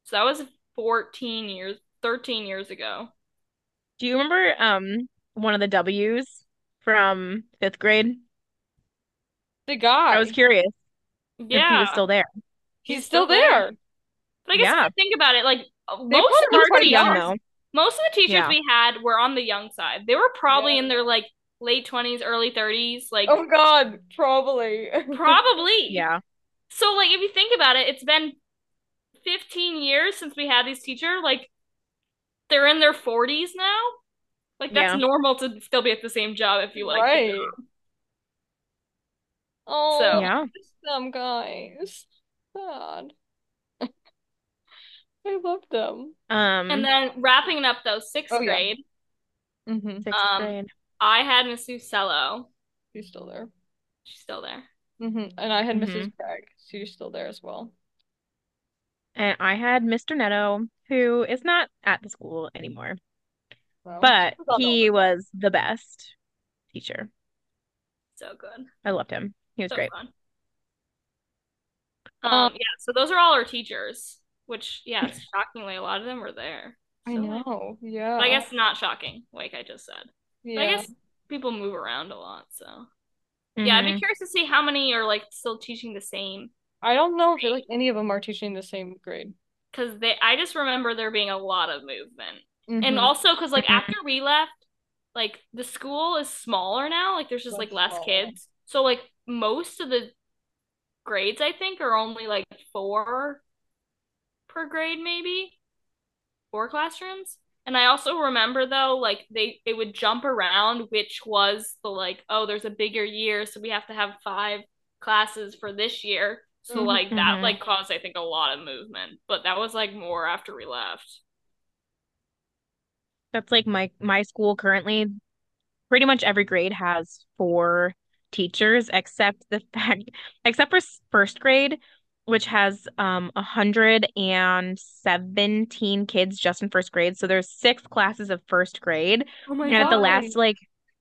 So that was 14 years, 13 years ago. Do you remember um one of the W's from fifth grade? the guy. I was curious if he Yeah. was still there. He's, he's still still there. there. But I guess Yeah. if you think about it, like uh, They most probably of were our pretty young, teachers, though. most of the teachers Yeah. we had were on the young side. They were probably Yeah. in their like late 20s, early 30s, like Oh my God, probably. probably. Yeah. So like if you think about it, it's been 15 years since we had these teacher like they're in their 40s now. Like that's Yeah. normal to still be at the same job if you like. right. Oh, So- Yeah. some guys. God, I love them. Um, And then wrapping it up though, sixth Oh, yeah. grade, Mm-hmm. sixth um, grade. I had Miss Usello. He's still there. She's still there. hmm And I had Mm-hmm. Mrs. Mhm. Craig. She's still there as well. And I had Mr. Neto, who is not at the school anymore, Well, but she's on he was the best teacher. So good. I loved him. He was so great. fun. Um, Um, yeah, so those are all our teachers, which, yeah, shockingly, a lot of them were there. I So, like, know. Yeah. but I guess not shocking, like I just said. But Yeah. I guess people move around a lot, so. Yeah, I'd be Mhm. curious to see how many are like still teaching the same. I don't know if like any of them are teaching the same grade. Cause they, I just remember there being a lot of movement. Mhm. And also, because like Mhm. after we left, like the school is smaller now. Like there's just Much like less smaller. kids. So like most of the grades, I think, are only like four per grade, maybe four classrooms. And I also remember though, like they it would jump around, which was the like, oh, there's a bigger year, so we have to have five classes for this year. So like that Mhm. like caused, I think, a lot of movement. But that was like more after we left. Mm-hmm. That's like my my school currently, pretty much every grade has four teachers, except the fact except for s- first grade, which has um 117 kids just in first grade. So there's six classes of first grade. Oh my And at the last like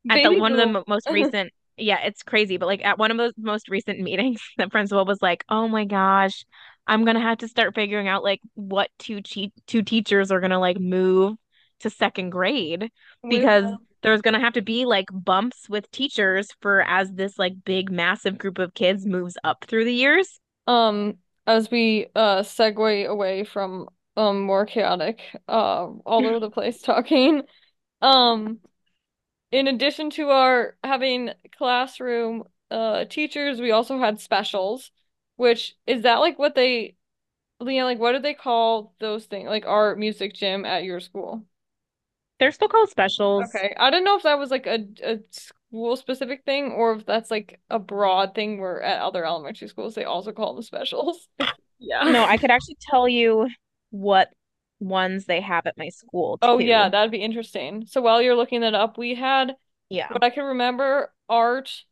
at the Baby one of the boom. mo- most recent yeah it's crazy but like at one of those most recent meetings the principal was like oh my gosh i'm gonna have to start figuring out like what two che- two teachers are gonna like move to second grade With- because there's gonna have to be like bumps with teachers for as this like big massive group of kids moves up through the years um as we uh segue away from um more chaotic uh all over the place talking um in addition to our having classroom uh teachers we also had specials which is that like what they Leanne like what do they call those things like art music gym at your school they're still called specials okay I don't know if that was like a a school specific thing or if that's like a broad thing where at other elementary schools they also call them specials Yeah. no i could actually tell you what ones they have at my school Oh yeah, too. that'd be interesting. So while you're looking that up, we had yeah what I can remember art,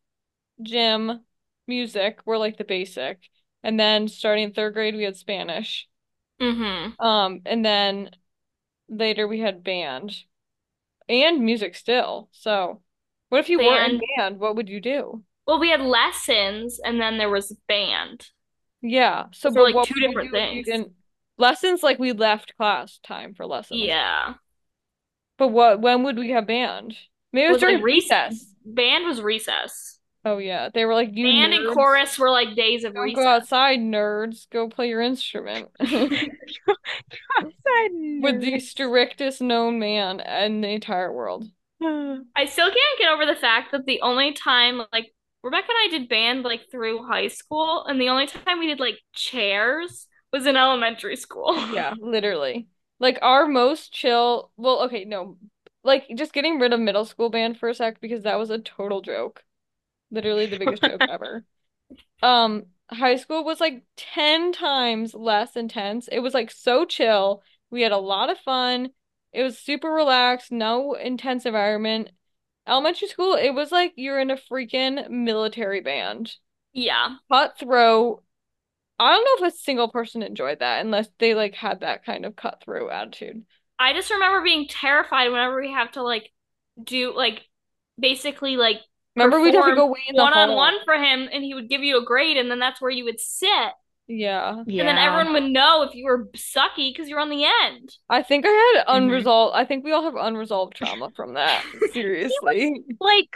gym, music were like the basic. And then starting third grade we had Spanish. Mm-hmm. Um, and then later we had band and music still. So what if you were in Band. band, what would you do? Well, we had lessons and then there was band. Yeah. So So, but like, what two would you different do if you things. didn't lessons like we left class time for lessons. Yeah. But what when would we have band? Maybe it was Was it during recess? recess. Band was recess. Oh yeah. They were like you Band and nerds. Oh, chorus were like days of Don't recess. go outside, nerds. Go play your instrument. Outside With the nerds. strictest known man in the entire world. I still can't get over the fact that the only time like Rebecca and I did band like through high school, and the only time we did like chairs was in elementary school. Yeah, literally. Like our most chill, well, okay, no. Like just getting rid of middle school band for a sec because that was a total joke. Literally the biggest joke ever. Um, high school was like 10 times less intense. It was like so chill. We had a lot of fun. It was super relaxed, no intense environment. Elementary school, it was like you're in a freaking military band. Yeah. Cutthroat. I don't know if a single person enjoyed that unless they like had that kind of cutthroat attitude. I just remember being terrified whenever we have to like do like basically like Remember, we'd have to go wait in the one on hall. one for him, and he would give you a grade, and then that's where you would sit. Yeah. Yeah. And then everyone would know if you were sucky because you're on the end. I think I had Mhm. unresolved, I think we all have unresolved trauma from that. Seriously. like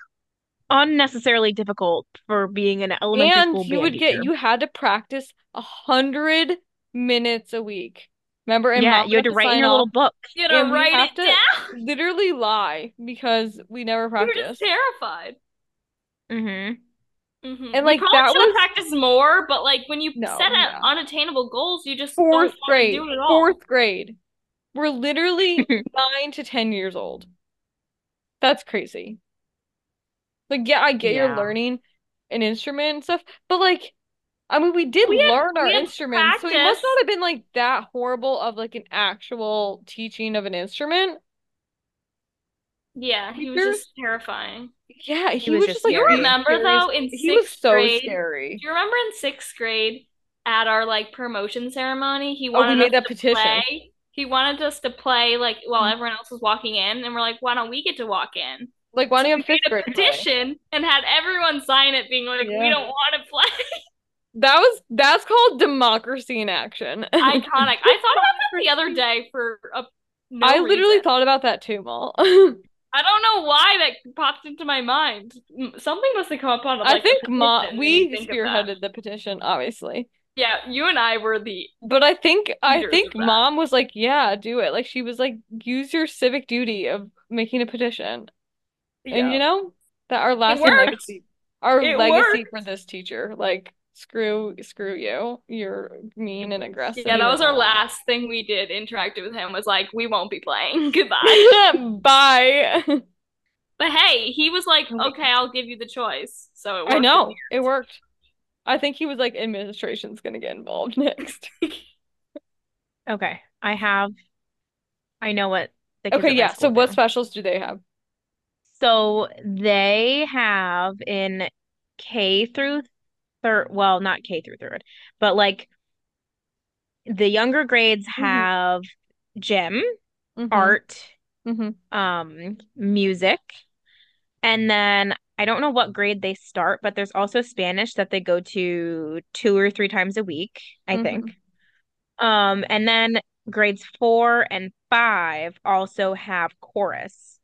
unnecessarily difficult for being an elementary And school you would band get teacher. you had to practice a hundred minutes a week. Remember, and yeah, mom you had to write in sign your little off, book. You And know, we write have it to down. literally lie because we never We were just practiced. terrified. Mm-hmm. Mhm. And, We like, probably that should have was- practiced more, but like when you No, set yeah. out unattainable goals, you just Fourth don't want to grade, do it at all. fourth grade. We're literally nine to ten years old. That's crazy. Like, yeah, I get you're Yeah. learning an instrument and stuff, but like, I mean, we did We had- learn our we had instruments, so it must practice. not have been like that horrible of like an actual teaching of an instrument. Yeah, he was Teachers? just terrifying. Yeah, he, was was, just just like You scary. remember though in He was sixth so grade. scary. Do you remember in sixth grade at our like promotion ceremony, he Oh, we wanted made us that to petition. Mm. play. He wanted us to play like while everyone else was walking in, and we're like, why don't we get to walk in? Like why don't you have fifth Made a grade? play? petition and had everyone sign it, being like, we Yeah. don't want to play. That was that's called democracy in action. I, Iconic. I thought about that the other day for a. No literally reason. thought about that too, Mal. I don't know why that popped into my mind. M- Something must have come up on. I Like, the think Ma petition when you we think of that. spearheaded the petition, obviously. Yeah, you and I were the But I think I Leaders think of that. mom was like, yeah, do it. Like she was like, use your civic duty of making a petition. And you know, that our lasting worked. legacy our It legacy for this teacher. Like, screw screw you. You're mean and aggressive. Yeah, that was our last thing we did interacted with him was like, we won't be playing. Goodbye. Bye. But hey, he was like, Oh my okay, I'll give you the choice. So it worked I in know. the It worked. I think he was like, administration's gonna get involved next. Okay, I have. I know what the kids Okay, at my yeah. So school what do. specials do they have? So they have in K through third, well, not K through third, but like the younger grades Mm-hmm. have gym, art, hmm um, music, and then I don't know what grade they start, but there's also Spanish that they go to two or three times a week, I Mhm. think. Um, and then grades four and five also have chorus.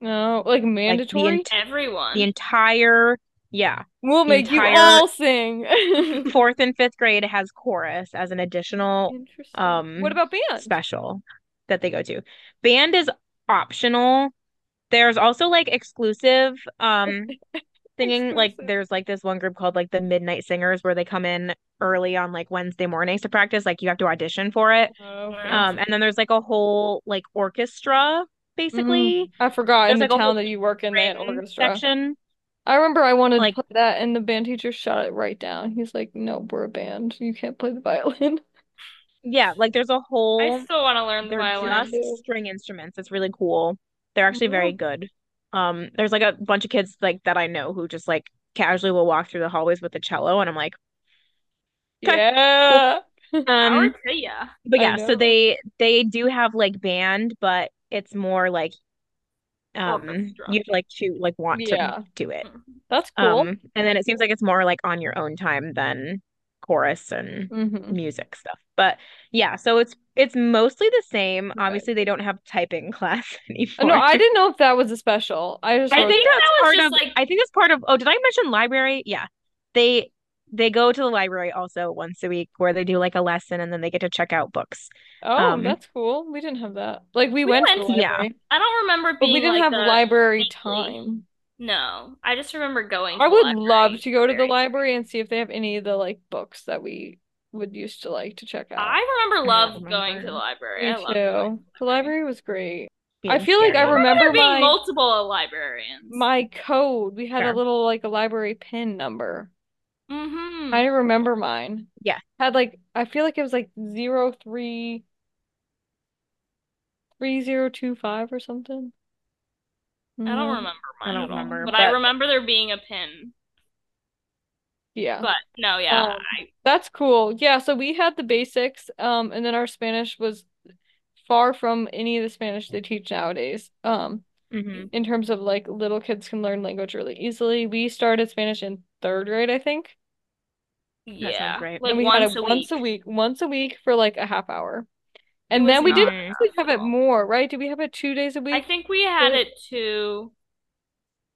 No, like Like the mandatory. ent- Everyone. the entire, yeah. We'll make you entire- all sing. Interesting. fourth and fifth grade has chorus as an additional Um, what about band? special that they go to. Band is optional. There's also like exclusive um singing. Like Exclusive. there's like this one group called like the Midnight Singers where they come in early on like Wednesday mornings to practice. Like you have to audition for it. Wow. Um, and then there's like a whole like Mm-hmm. orchestra basically. I forgot in there's, the like, a whole town that you work in they had string orchestra. section. I remember I wanted to Like- play that, and the band teacher shot it right down. He's like, "No, we're a band. You can't play the violin." Yeah, like there's a whole I still want to learn the They're violin. just string instruments. It's really cool. They're actually very Oh. good. Um, there's like a bunch of kids like that I know who just like casually will walk through the hallways with a cello, and I'm like, Okay. Yeah. um, Power to ya. but I yeah, so know. they they do have like band, but it's more like um Orchestra. you like to like want to Yeah. do it. That's cool. Um, and then it seems like it's more like on your own time than chorus and Mhm. music stuff. But yeah, so it's it's mostly the same. Right. Obviously, they don't have typing class anymore. No, I didn't know if that was a special. I just I always- think that was part just of like I think that's part of oh did I mention library? Yeah. They they go to the library also once a week where they do like a lesson and then they get to check out books. oh, um, that's cool. We didn't have that. Like we We went to went the to- yeah. library, I don't remember but being we didn't like have the- library weekly. time. No, I just remember going. I to the would library love to go to the very- library and see if they have any of the like books that we would used to like to check out. I remember I don't love going to remember. the library. Me I love going too. The library was great. I Being feel like I scary. I remember remember being my- multiple librarians. My code, we had a Sure. little like a library pin number. hmm I remember mine. Yeah. Had like I feel like it was like zero three three zero two five or something. I don't Mhm. remember I mine don't at all, remember, but, I but- remember there being a pin. Yeah. But no, yeah, Um, That's cool. Yeah, so we had the basics, um, and then our Spanish was far from any of the Spanish they teach nowadays. Um, Mhm. in terms of like little kids can learn language really easily. We started Spanish in third grade, I think. yeah, sounds right. like and we once had it a once a week. week, once a week for like a half hour. It And was then we did not Mm. actually have it possible. more, right? Did we have it two days a I week? think we had Yeah. it to.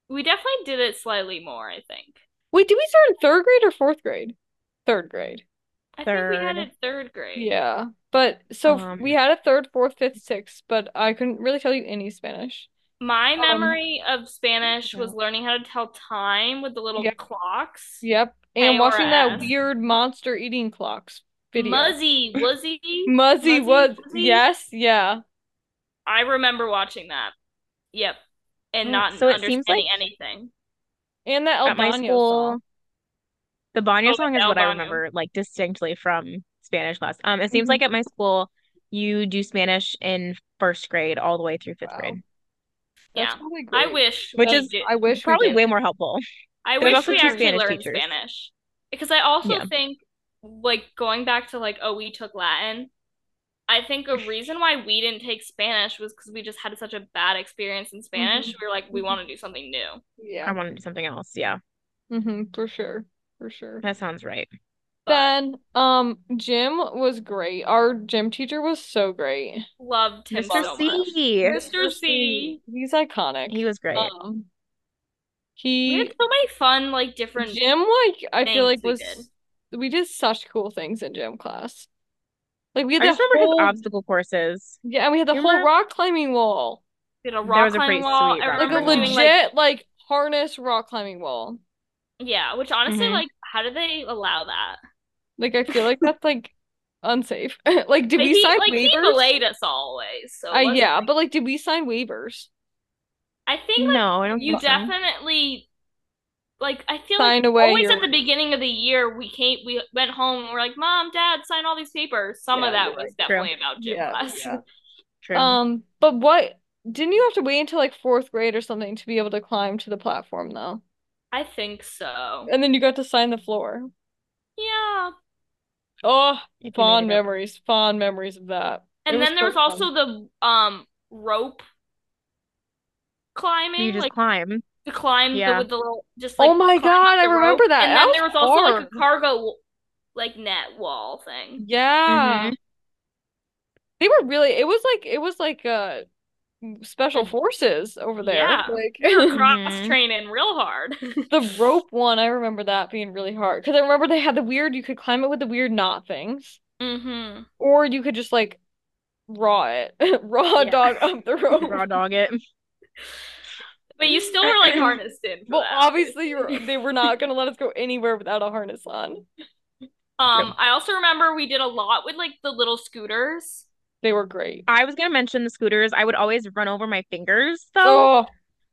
We definitely did it slightly more. I think. Wait, did we start in third grade or fourth grade? Third grade. I think we had Third. it third grade. Yeah. But so f- Um, we had a third, fourth, fifth, sixth, but I couldn't really tell you any Spanish. My Um, memory of Spanish was learning how to tell time with the little Yeah. clocks. Yep. And watching that KRS. weird monster eating clocks video. Muzzy, Wuzzy. Mm. Muzzy Muzzy was Wuzzy? yes, yeah. I remember watching that. Yep. And Mm, not so it understanding seems like- anything. And that El At my Baño school, song. the Banya Oh, song the is El what I Baño. remember like distinctly from Spanish class. Um, it seems Mhm. like at my school you do Spanish in first grade all the way through fifth Wow. grade. That's Yeah. probably I great. wish Which we is did- I wish we Probably did. way more helpful. I There's wish also we two actually Spanish learned teachers. Spanish because I also Yeah. think, like going back to like oh we took Latin, I think a reason why we didn't take Spanish was because we just had such a bad experience in Spanish. Mm-hmm. We were like we want to do something new. I Yeah. want to do something else. Yeah, hmm for sure. For sure. that sounds right. But Then um Jim was great. Our gym teacher was so great. loved him Mr. so much. C. Mr. C. He's iconic. He was great. Um We had he so many fun like different. Jim like I feel like things we was we did such cool things in gym class. Like we had I the just remember his whole obstacle courses. yeah, and we had the You whole remember- rock climbing wall. Did a There rock was a climbing pretty wall. sweet I rock Like a remember climbing wall. doing like legit like harness rock climbing wall. yeah, which honestly Mhm. like how do they allow that? Like I feel like that's like unsafe. Like did Like, we he, sign like he waivers? belayed us always. So Uh, it wasn't- yeah, but like did we sign waivers? I think like. No, I don't. You uh-uh. think so. definitely like I feel Sign like away always your- at the beginning of the year we came we went home and we're like, Mom, Dad, sign all these papers. Some Yeah, of that you're was right. definitely about gym Yeah, class. yeah. True. Um, but what didn't you have to wait until like fourth grade or something to be able to climb to the platform though? I think so. And then you got to sign the floor. Yeah. Oh, If you fond made it up. memories, fond memories of that. And It then there was so fun. also the um rope climbing, You just like climb. to climb the, Yeah. with the little just like Oh my climb God, I the rope. remember that. And That then was there was also like hard. a cargo like net wall thing. Yeah. Mhm. They were really it was like it was like uh special Mhm. forces over there. Yeah. We were Like cross training real hard. the rope one, I remember that being really hard. Because I remember they had the weird you could climb it with the weird knot things. Mm-hmm. Or you could just like raw it, raw Yeah. dog up the rope. Raw dog it. But you still were like harnessed in. For Well, that, obviously, you were, they were not going to let us go anywhere without a harness on. Um, I also remember we did a lot with like the little scooters. They were great. I was gonna mention the scooters. I would always run over my fingers though. Oh,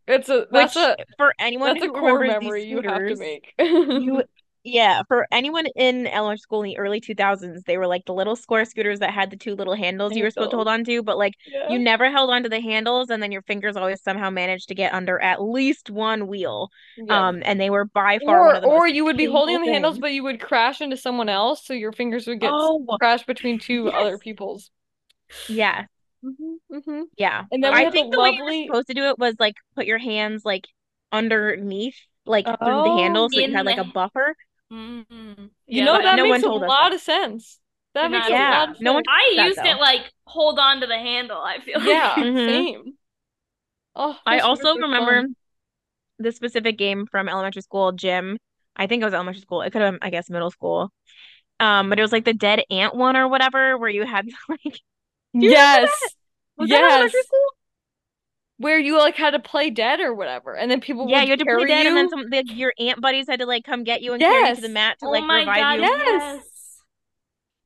it's a that's which a for anyone that's a who core remembers these memory you have to scooters, make. you yeah, for anyone in elementary school in the early 2000s, they were like the little square scooters that had the two little handles you were supposed to hold on to, but like Yeah. you never held on to the handles and then your fingers always somehow managed to get under at least one wheel. Yeah. Um, and they were by far one or of the or most you would be holding painful the handles, things. but you would crash into someone else, so your fingers would get Oh, crashed between two other Yes. people's. yeah, Mm-hmm, mm-hmm. yeah. And then we I had the think the way you were lovely- supposed to do it was like put your hands like underneath, like through the Oh, handle, so you in had like the- a buffer. Mm-hmm. You know but that no one makes a told us lot of sense. That Did makes not a do lot that. of No one sense. I that, used though. it like hold on to the handle, I feel like. Yeah, Mhm. same. Oh, I those were also good remember fun. the specific game from elementary school gym. I think it was elementary school. It could have, I guess, middle school. Um, but it was like the dead ant one or whatever, where you had to like you remember Yes. was that elementary Yes. school? Where you like had to play dead or whatever, and then people Yeah, would you had to play carry dead, and then you. some like, your ant buddies had to like come get you and carry you to the Yes. mat to Oh like my revive God, you. Yes. yes.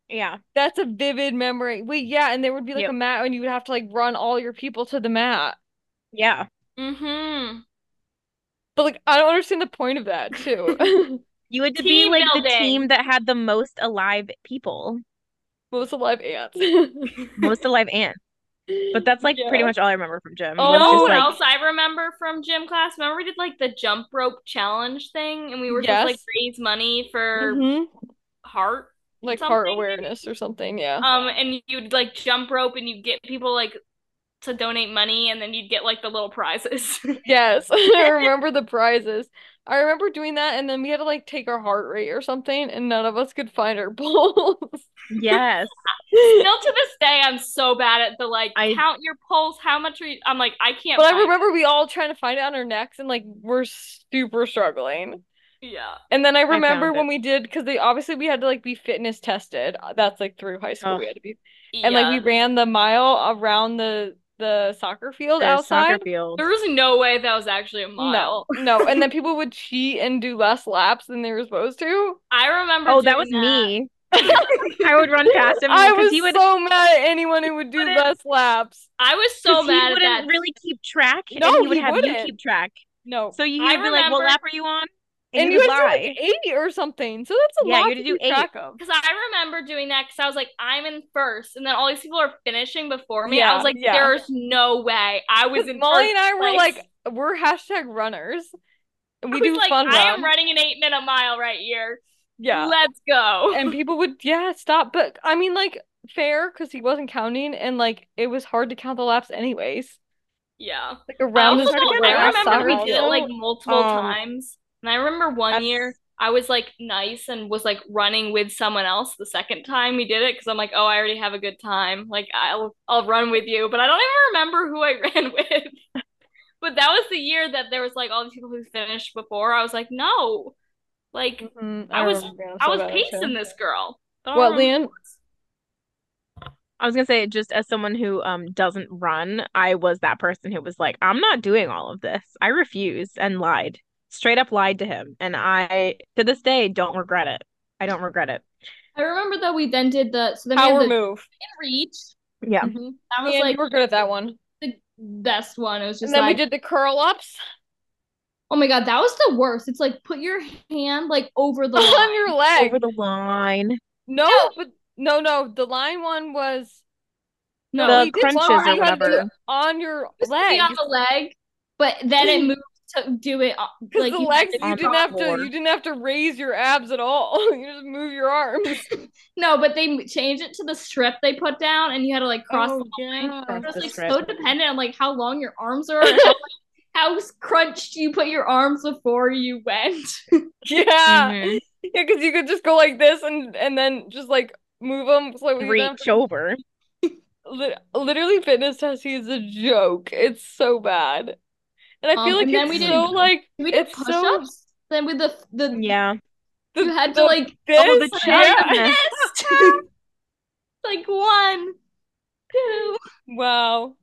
Yeah, That's a vivid memory. Wait, yeah, and there would be like Yep. a mat, and you would have to like run all your people to the mat. yeah. Mm-hmm. But like, I don't understand the point of that too. You had to be Team like the building. team that had the most alive people, Most alive ants. Mm-hmm. most alive ants. But that's like pretty Yeah. much all I remember from gym. Oh, was You know just, what like, else I remember from gym class? Remember we did like the jump rope challenge thing and we were supposed to like Yes. raise money for Mm-hmm. Mhm. heart Like something, heart maybe? awareness or something. Yeah. Um, and you'd like jump rope and you'd get people like to donate money and then you'd get like the little prizes. Yes, I remember the prizes. I remember doing that, and then we had to like take our heart rate or something, and none of us could find our pulse. yes, Still to this day, I'm so bad at the like I- count your pulse, how much are you? I'm like, I can't. But I find- remember we all trying to find it on our necks, and like we're super struggling. Yeah. And then I found remember when it. we did, because they obviously we had to like be fitness tested. Uh, That's like through high school Ugh. we had to be, and like we Yeah. ran the mile around the the soccer field the soccer outside. field. There was no way that was actually a mile. No, no, and then people would cheat and do less laps than they were supposed to. I remember. Oh, that was doing me. I would run past him I because was he would so mad at anyone who would do wouldn't- less laps. I was so 'cause he mad at wouldn't that. really keep track, No, and he would he have you wouldn't. keep track. No. So you I would be like, "What remember- lap are you on?" And, you you, would had to lie. do like eight or something. So that's a Yeah, you lot had to to do keep eight. track of. Because I remember doing that because I was like, I'm in first, and then all these people are finishing before me. I Yeah, was like, yeah. there's no way I was 'Cause in Molly first and I were place. like, we're hashtag runners. I We was do like, fun I runs. am running an eight minute mile right here. Yeah. Let's go. And people would, yeah, stop. But I mean, like, fair because he wasn't counting and like it was hard to count the laps anyways. yeah. Like around I, the also hard to don't- count I last remember we summer. did it like multiple Um, times. And I remember one That's- year I was like nice and was like running with someone else the second time we did it because I'm like, oh, I already have a good time. Like I'll I'll run with you, but I don't even remember who I ran with. but that was the year that there was like all these people who finished before. I was like, no, like Mm, Mm-hmm, I was- I was pacing this girl. But I don't What, remember- Leanne? I was gonna say, just as someone who um doesn't run, I was that person who was like, I'm not doing all of this. I refuse and lied. Straight up lied to him. And I to this day don't regret it. I don't regret it. I remember that we then did the so then we Power had the move. reach. Yeah. That was Ian, like you were good at that one. the best one. It was just And then we like did the curl ups Oh my god, that was the worst. It's like put your hand like over the on line. your leg. Over the line. No, No. but no, no. The line one was no, The we did one crunches where or you had to do it whatever. on your it was supposed to leg. be on the leg, but then it moved to do it on- Because like the you legs, had to- you on didn't the have to. floor. You didn't have to raise your abs at all. You just move your arms. no, but they m- changed it to the strip they put down, and you had to like cross. Oh, the line. yeah. It was The like strip. so dependent on like how long your arms are, and how, like, how s- crunched you put your arms before you went. Yeah, Mhm. Mm-hmm. yeah. Because you could just go like this and and then just like move them slowly. You don't have Reach over. to- li- Literally, fitness testing is a joke. It's so bad, and I Um, feel like and then it's we did- so like We did It's so- push-ups. Then with the the Yeah. the, you had to the- like this. Oh, the yeah. chair. like one, two. Wow.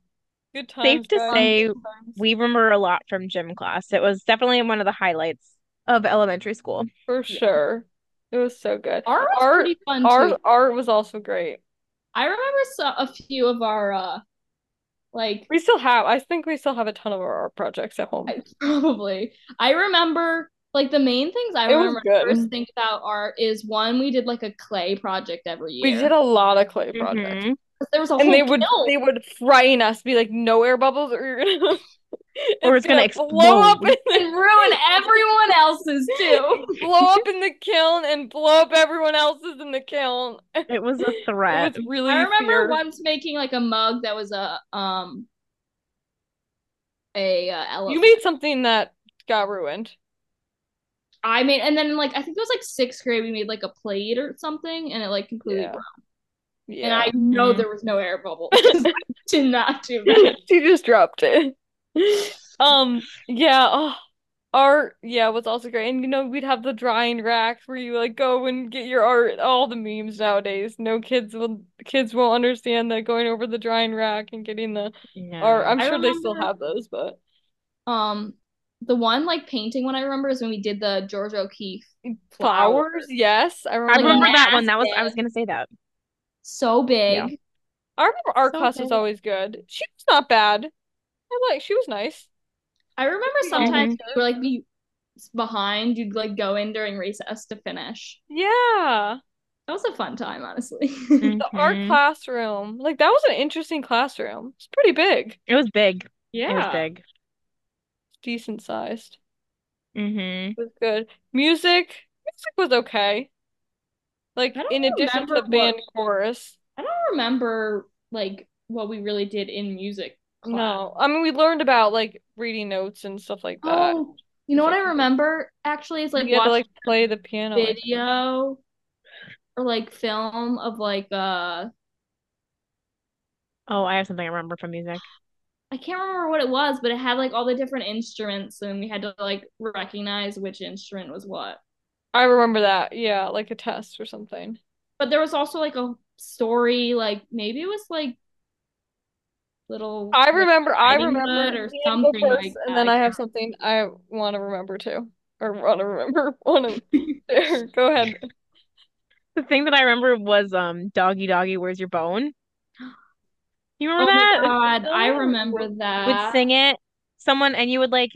Good Safe times, to guys. say Good times. We remember a lot from gym class. It was definitely one of the highlights of elementary school. for sure. It was so good. Art was Art- pretty fun Our too. art was also great. I remember so- a few of our uh like We still have, I think we still have a ton of our art projects at home. I- probably. I remember like the main things I It was remember good. first think about art is one we did like a clay project every year. We did a lot of clay projects. Mhm. 'Cause there was a And Mm-hmm. whole they would they kiln. would frighten us, be like, no air bubbles or you're gonna Or it's gonna blow up explode. in and ruin everyone else's too. the, blow up in the kiln and blow up everyone else's in the kiln. It Mm-hmm. It was a threat. was really I remember fierce. once making like a mug that was a um a uh, elephant. You made something that got ruined. I made and then like I think it was like sixth grade we made like a plate or something and it like completely Yeah. broke. And Yeah. Mm-hmm. I know Mhm. there was no air bubble. 'cause I did not do that. she just dropped it. Um, yeah, oh, art, yeah, was also great. And you know, we'd have the drawing racks where you like go and get your art. All the memes nowadays. No kids will kids won't understand that going over the drawing rack and getting the art. I'm Yeah. I sure they still remember- have those, but Um, the one like painting one I remember is when we did the George O'Keefe flowers, yes, I I remember. remember that one. massive. That was I was gonna say that. so big. Yeah. I remember art So class was good. always good. She was not bad. I like she was nice. I remember sometimes we would like be behind. You'd like go in during recess to finish. Yeah. That was a fun time, honestly. The art Mhm. classroom. Like that was an interesting classroom. It's pretty big. It was big. It was Yeah. big. decent sized. Mm-hmm. It was good. Music, music was okay. Like I don't in addition to remember the band what- chorus. I don't remember like what we really did in music class. No, I mean we learned about like reading notes and stuff like that. Oh, you know what I remember actually is like you had to watching like play the piano. like- video or like film of like uh Oh, I have something I remember from music. I can't remember what it was, but it had like all the different instruments and we had to like recognize which instrument was what. I remember that. Yeah, like a test or something. But there was also like a story, like maybe it was like little I remember. I Writing remember. Hood or You wanna go something like first, that, and then I I can't have something I want to remember too, or want to remember. Want to? Go ahead. The thing that I remember was um Doggy Doggy, Where's Your Bone? You Oh remember my that? God, I Oh. remember that. Would sing it, someone, and you would like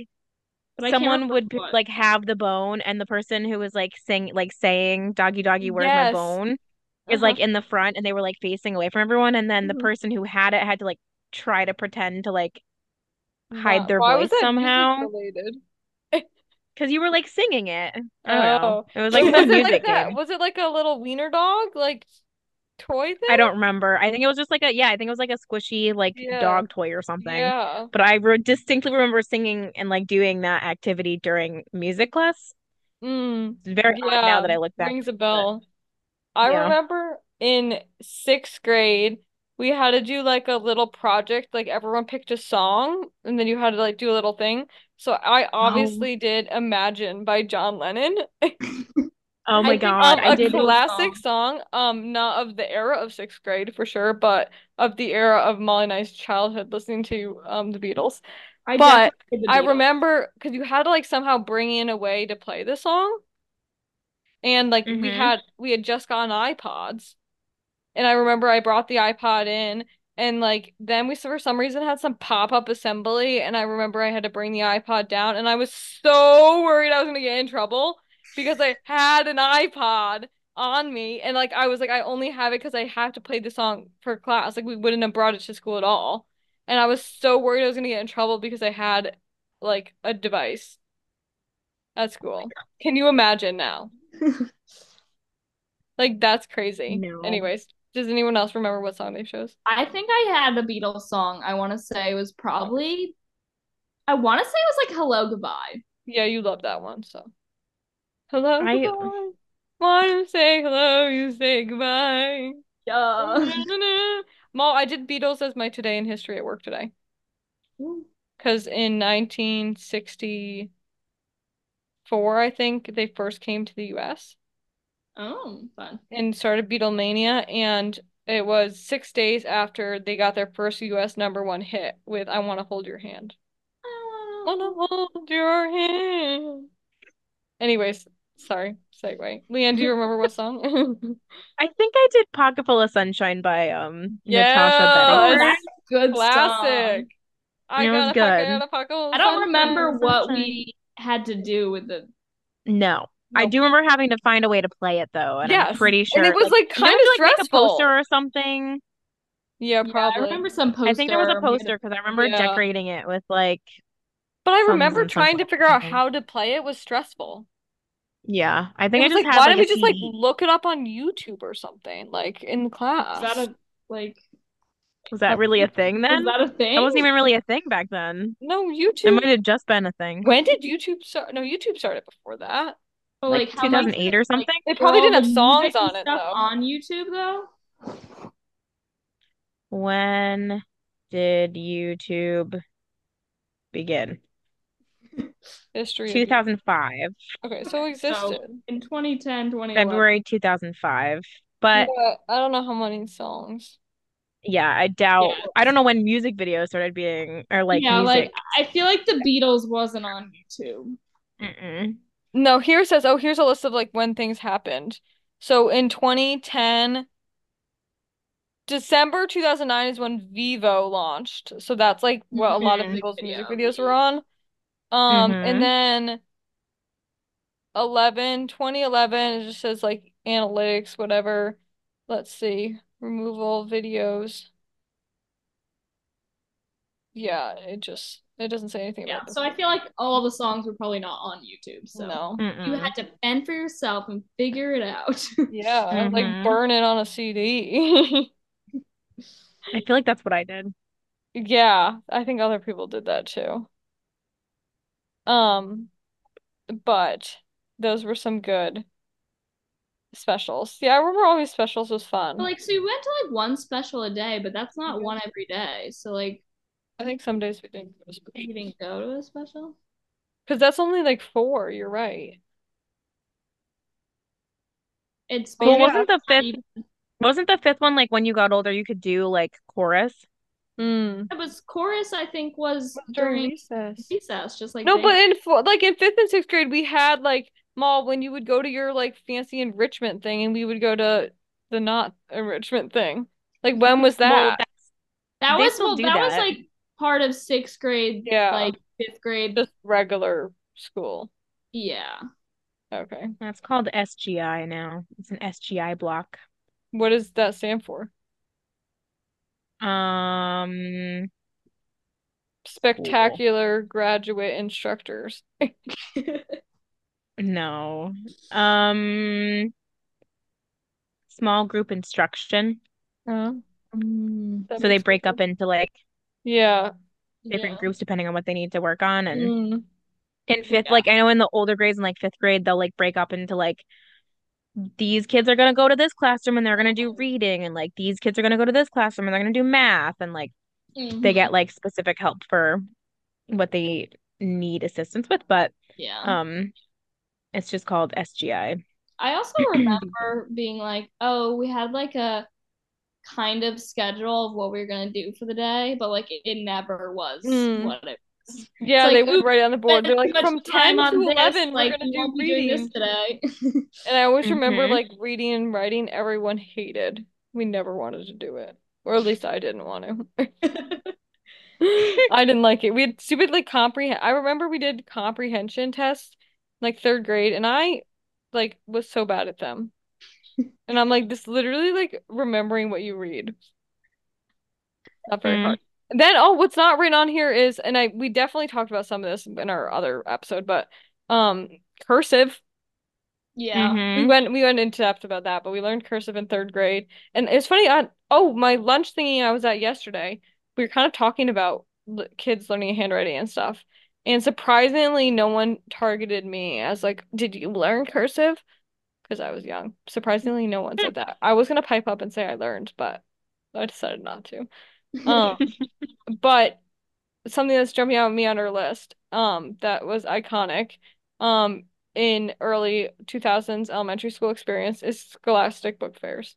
But I can't someone remember would p- what. like have the bone and the person who was like saying like saying doggy doggy where's my Yes. bone is Uh-huh. like in the front and they were like facing away from everyone and then the Mhm. Mm-hmm. person who had it had to like try to pretend to like hide Why- their why was voice that music somehow. related? because you were like singing it. I don't know. It was Oh, like was some it music like that? game. Was it like a little wiener dog like toy thing? I don't remember. I think it was just like a yeah. I think it was like a squishy like Yeah. dog toy or something. Yeah. But I re distinctly remember singing and like doing that activity during music class. Mm. It's very odd now Yeah, that I look back. Rings a bell. I Yeah. remember in sixth grade, we had to do like a little project. Like everyone picked a song, and then you had to like do a little thing. So I obviously did "Imagine" by John Lennon. Oh I my think, um, God, I a did. cool classic song, um, not of the era of sixth grade for sure, but of the era of Molly and I's childhood, listening to um the Beatles. I But definitely did the I Beatles. remember because you had to like somehow bring in a way to play the song, and like we Mhm. had we had just gotten iPods, and I remember I brought the iPod in, and like then we s- for some reason had some pop-up assembly, and I remember I had to bring the iPod down, and I was so worried I was gonna get in trouble because I had an iPod on me, and like I was like I only have it because I have to play the song for class. Like we wouldn't have brought it to school at all, and I was so worried I was gonna get in trouble because I had like a device at Oh school. Can you imagine now? Like that's crazy. No. Anyways, does anyone else remember what song they chose? I think I had a Beatles song. I want to say it was probably, I want to say it was like "Hello Goodbye." Yeah, you love that one, so. Hello, I- goodbye. Want to say hello, you say goodbye. Uh. Yeah. Mo, I did Beatles as my today in history at work today. Because in 1964, I think, they first came to the US Oh, fun. and started Beatlemania. And it was six days after they got their first US number one hit with I Want to Hold Your Hand. Wanna hold your hand. Anyways, sorry, segue. Leanne, do you remember what song? I think I did "Pocket Full of Sunshine" by um Yes. Natasha Bedingfield. Oh, that's a good Oh, Classic. song. I It was got a good. pocket, a pocket. I don't remember Sunshine, what sunshine. we had to do with the. No, I Nope. do remember having to find a way to play it though, and I'm Yes. pretty sure And it was like did kind have of to, like, make a stressful. poster or something. Yeah, Yeah, I probably. remember some poster. I think there was a We had poster because I remember Yeah. decorating it with like, But I Some remember reason, some trying to figure out something. how to play it was stressful. yeah, I It think I was just like, had why like don't a we just like CD. look it up on YouTube or something, like in Is class? that a like? Was that really a thing Is then? that a thing? That wasn't even really a thing back then. No, It YouTube. might have just been a thing. When did YouTube start? No, YouTube started before that. But, Like how much- 2008 or something? They probably were all didn't have the songs music and on it, stuff though. On YouTube though. When did YouTube begin? History of YouTube. 2005, Okay, so it So- existed. In 2010, 2011. February 2005. But But I don't know how many songs. yeah, I doubt, Yeah. I don't know when music videos started being, or like yeah, music. like I feel like the Beatles wasn't on YouTube. Mm-mm. No, here it says, oh, here's a list of like when things happened. So in 2010, December 2009 is when Vivo launched. So that's like what a lot of Mm-hmm. Mhm. people's music Video. videos were on. Um, Mhm. Mm-hmm. and then 11, 2011, it just says like analytics, whatever. Let's see, removal videos. Yeah, it just it doesn't say anything Yeah. about this. So I feel like all the songs were probably not on YouTube. So No. you Mm-mm. had to fend for yourself and figure it out. Yeah, like Mhm. burn it on a CD. I feel like that's what I did. Yeah, I think other people did that too. Um, but those were some good specials. Yeah, I remember always specials was fun. But, like so you went to like one special a day, but that's not Yeah. one every day. So like I think some days we didn't go to you special. didn't go to a special? Because that's only like four, you're right. It's Well, well, wasn't the fifth- Wasn't the fifth one like when you got older, you could do like chorus? Mm. it was chorus I think was During during recess. recess, just like No, they- but in four, like in fifth and sixth grade, we had like mall when you would go to your like fancy enrichment thing, and we would go to the not enrichment thing. Like when was Well, that? that's that they was still well, do that was that. like part of sixth grade, Yeah. like fifth grade. Just regular school. Yeah. Okay. That's called SGI now. It's an SGI block. What does that stand for? Um, Spectacular graduate instructors. no. Um, small group instruction. Oh. that So they makes break sense. up into like Yeah. different Mm, Yeah. groups depending on what they need to work on. And Hmm. Mm. in fifth, Yeah. like I know in the older grades, in like fifth grade, they'll like break up into like these kids are gonna go to this classroom and they're gonna do reading, and like these kids are gonna go to this classroom and they're gonna do math, and like they Mhm. Mm-hmm. get like specific help for what they need assistance with. But Yeah. Uh-huh. um, it's just called SGI. I also remember being like, oh, we had like a kind of schedule of what we were gonna do for the day, but like it, it never was Mm. what it was. Yeah, like, they would ooh, write on the board. They're Spent like too much from time 10 to on this, 11 we're like, gonna we do won't be doing reading. this today. And I always remember Mhm. like reading and writing, everyone hated. We never wanted to do it. Or at least I didn't want to. I didn't like it. We had stupid like comprehend. I remember we did comprehension tests like third grade, and I like was so bad at them. And I'm like, this literally like remembering what you read. Not very Mm. hard. Then oh, what's not written on here is, and I we definitely talked about some of this in our other episode, but um cursive. yeah. We Mhm. went we went into depth about that, but we learned cursive in third grade. And it's funny, on oh, my lunch thingy I was at yesterday, we were kind of talking about l kids learning handwriting and stuff. And surprisingly, no one targeted me as like, did you learn cursive? Because I was young. Surprisingly, no one said that. I was gonna pipe up and say I learned, but I decided not to. Um, but something that's jumping out at me on her list, um, that was iconic, um, in early 2000s elementary school experience is Scholastic Book Fairs.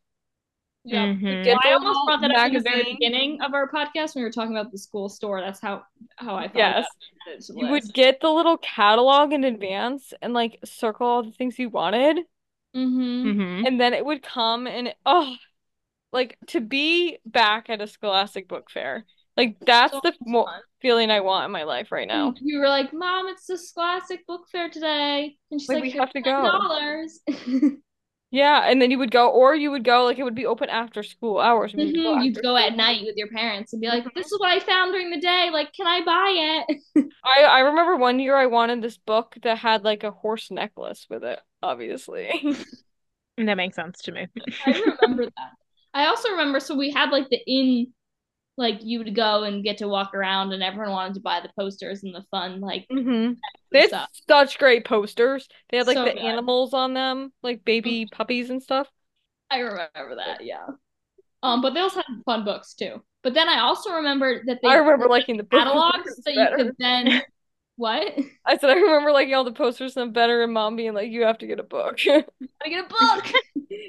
Yeah. Mhm. Did I the almost little brought that up in the very magazine- beginning of our podcast when we were talking about the school store. That's how how I thought Yes. about it. You would get the little catalog in advance and like circle all the things you wanted, hmm Mm-hmm. Mhm. and then it would come and oh, like to be back at a Scholastic Book Fair. Like that's So the much mo fun. feeling I want in my life right now. And we were like, Mom, it's the Scholastic Book Fair today. And she's Like, like, we "Here's have to go. dollars. Yeah, and then you would go, or you would go like it would be open after school hours. and we would Mhm, You'd after go school. at night with your parents and be like, Mhm. "This is what I found during the day. Like, can I buy it?" I I remember one year I wanted this book that had like a horse necklace with it, obviously. That makes sense to me. I remember that. I also remember. So we had like the in, like you would go and get to walk around, and everyone wanted to buy the posters and the fun like Mm-hmm. They had stuff. such great posters. They had like So the good. Mm-hmm. animals on them, like baby puppies and stuff. I remember that. Yeah. Um, but they also had fun books too. But then I also remember that they I remember liking the posters catalogs that you better. could then what? I said I remember liking all the posters and better and mom being like, you have to get a book. I get a book.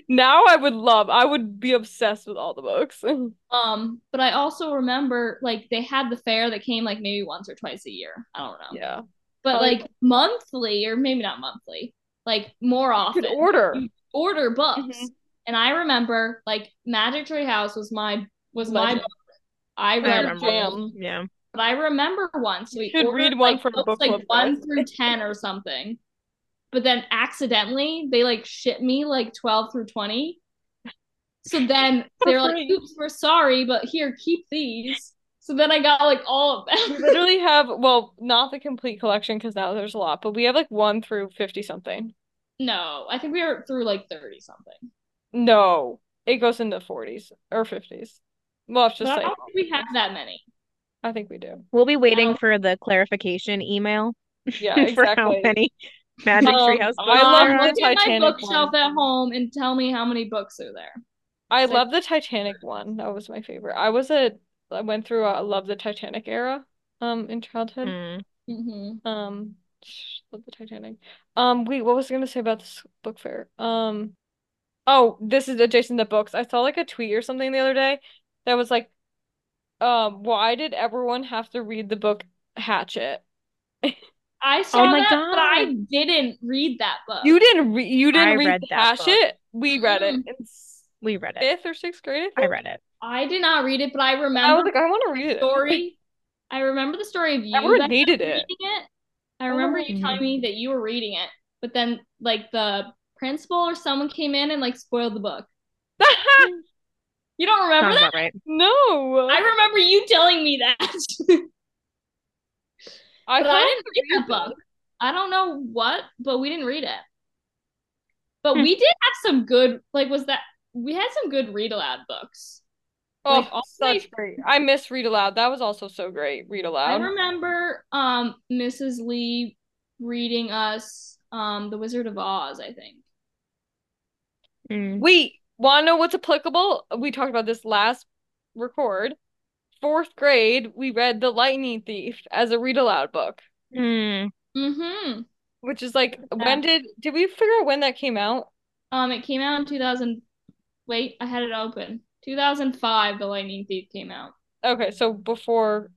Now I would love, I would be obsessed with all the books. Um, but I also remember like they had the fair that came like maybe once or twice a year. I don't know. Yeah. But Probably- like monthly, or maybe not monthly, like more You often, could order. you order books. Mhm. And I remember like Magic Tree House was my was my Legend. book. I I read remember. them, jam. Yeah. but I remember once You we should ordered read one like from books Book like Club one Fest. through ten or something. But then accidentally they like shipped me like twelve through twenty. So then For they're like, free. "Oops, we're sorry, but here, keep these." So then I got like all of We them. literally have, well, not the complete collection because now there's a lot, but we have like one through 50 something. No, I think we were through like 30 something. No, it goes in the 40s or 50s. We'll have to But I say. don't think we have that many. I think we do. We'll be waiting Well- for the clarification email Yeah, for how exactly. many Magic Um, Treehouse I books love there Um, the are. look at my Titanic bookshelf one. at home and tell me how many books are there. I So- love the Titanic one. That was my favorite. I was a I went through a I love the Titanic era um in childhood. Mm. Mm-hmm. Um love the Titanic. Um wait, what was I gonna say about this book fair? Um oh, this is adjacent to books. I saw like a tweet or something the other day that was like, um, why did everyone have to read the book Hatchet? I saw my that, but I God. didn't read that book. Oh You didn't re you didn't I read read the that book. Hatchet? We read it in We read it. fifth or sixth grade, I I think. read it. I did not read it, but I I was remember like, I want to read the it. story. I remember the story of you Everyone guys hated reading it. it. I remember you Mhm. telling me that you were reading it, but then like the principal or someone came in and like spoiled the book. You don't remember Sounds that? about right. no. I remember you telling me that. I but I thought- didn't read that book. I don't know what, but we didn't read it. Hmm. But we did have some good like was that we had some good read aloud books. Oh, Like, all such great. I miss Read Aloud. That was also so great. Read I Aloud. remember um Mrs. Lee reading us um The Wizard of Oz, I think. Mm. Wait, want to know what's applicable? We talked about this last record. Fourth grade, we read The Lightning Thief as a read aloud book, Mm. Mm-hmm. which is like, Yeah. when did did we figure out when that came out? Um it came out in 2000 Wait, I had it open. 2005 The Lightning Thief came out. Okay, so before,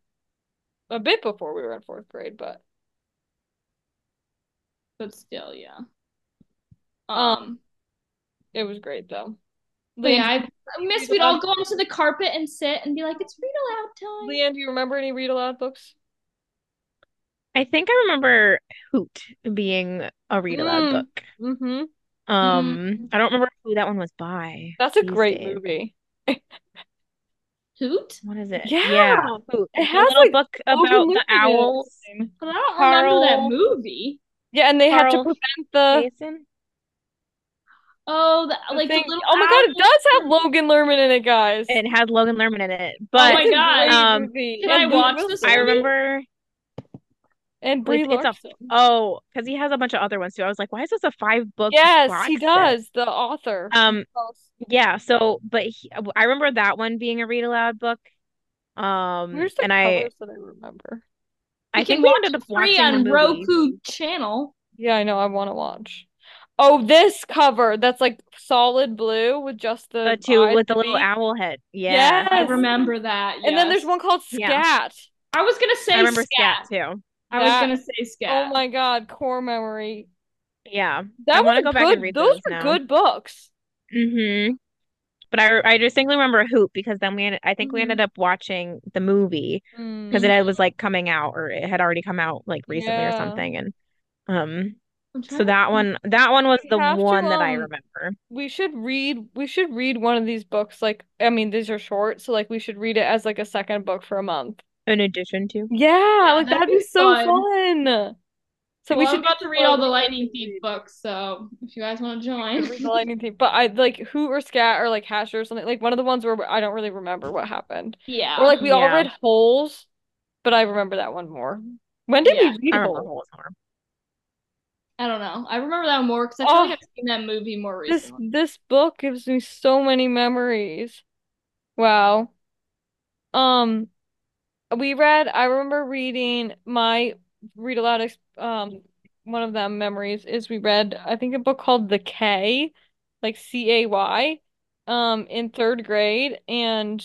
a bit before we were in fourth grade, but But still, yeah. Um, it was great though. But yeah, Leanne, I, I miss we'd all go onto the carpet and sit and be like, it's read aloud time. Leanne, do you remember any read aloud books? I think I remember Hoot being a read aloud Mm. book. Mm-hmm. Um, I don't remember who that one was by. That's a these great days. movie. Hoot? What is it? Yeah. Hoot. It It's a has, little like, book about the owls. But I don't remember Carl- that movie. Yeah, and they had to Carl prevent the Jason? Oh, the, the like thing- the little Oh my god, it owl. does have Logan Lerman in it, guys. It has Logan Lerman in it, Oh but my It's a God. great Um, movie. can I And Brie watch Wilson- this I movie? remember. And Brie it's a- Larson. Oh, because he has a bunch of other ones too. I was like, why is this a five book Yes, box he set? does. The author. Um, yeah. So, but he, I remember that one being a read aloud book. Um, Where's the and I, covers that I remember? I You think can we watch ended up it free watching the on movie. Roku channel. Yeah, I know. I want to watch. Oh, this cover that's like solid blue with just the The two eyes uh, with the and little beak. owl head. Yes. Yeah. I remember that. And then there's yes. one called Yeah. Scat. I was gonna say I remember scat. Scat too. I was That- gonna say scat. Oh my god, core memory. Yeah. That I was wanna a go back and good- read those those were now. good books. Mm-hmm. But I, I distinctly remember Hoop because then we ended, I think we Mhm. ended up watching the movie because it Mm. had- was like coming out or it had already come out like recently or Yeah. something and um I'm so trying to that one that one was We the have to, one that I um, remember. We should read we should read one of these books like I mean these are short so like we should read it as like a second book for a month. In addition to Yeah, like that'd that'd be be so fun. fun. So well, we I'm should about to read all the Lightning read. Thief books, so if you guys want to read join, the lightning thief, but I like Hoot or Scat or like Hasher or something like one of the ones where I don't really remember what happened. yeah. Or like we all Yeah. read Holes, but I remember that one more. When did Yeah, we I read remember Holes? Holes more. I don't know. I remember that more because I feel Oh. like I've seen that movie more This recently. this book gives me so many memories. Wow. Um, we read, I remember reading my read aloud ex um one of them memories is we read I think a book called The K, like C A Y, um in third grade and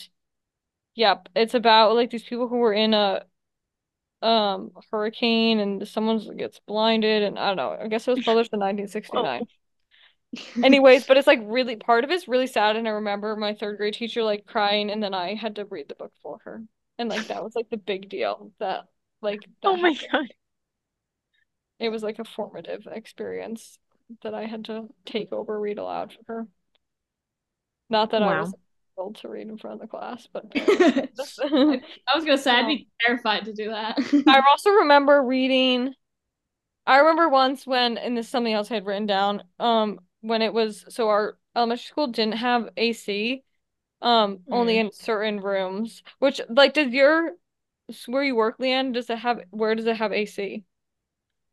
yep, it's about like these people who were in a um hurricane and someone gets blinded and I don't know. I guess it was published in 1969. Anyways, but it's like really part of it's really sad, and I remember my third grade teacher like crying, and then I had to read the book for her, and like that was like the big deal that like that Oh my happened. God. It was like a formative experience that I had to take over read aloud for her. Not that I Wow. was able to read in front of the class, but I was gonna say I'd be terrified to do that. I also remember reading. I remember once when, and this is something else I had written down, um, when it was so our elementary school didn't have AC, um, only Hmm. in certain rooms. Which like, does your s- where you work, Leanne, does it have where does it have AC?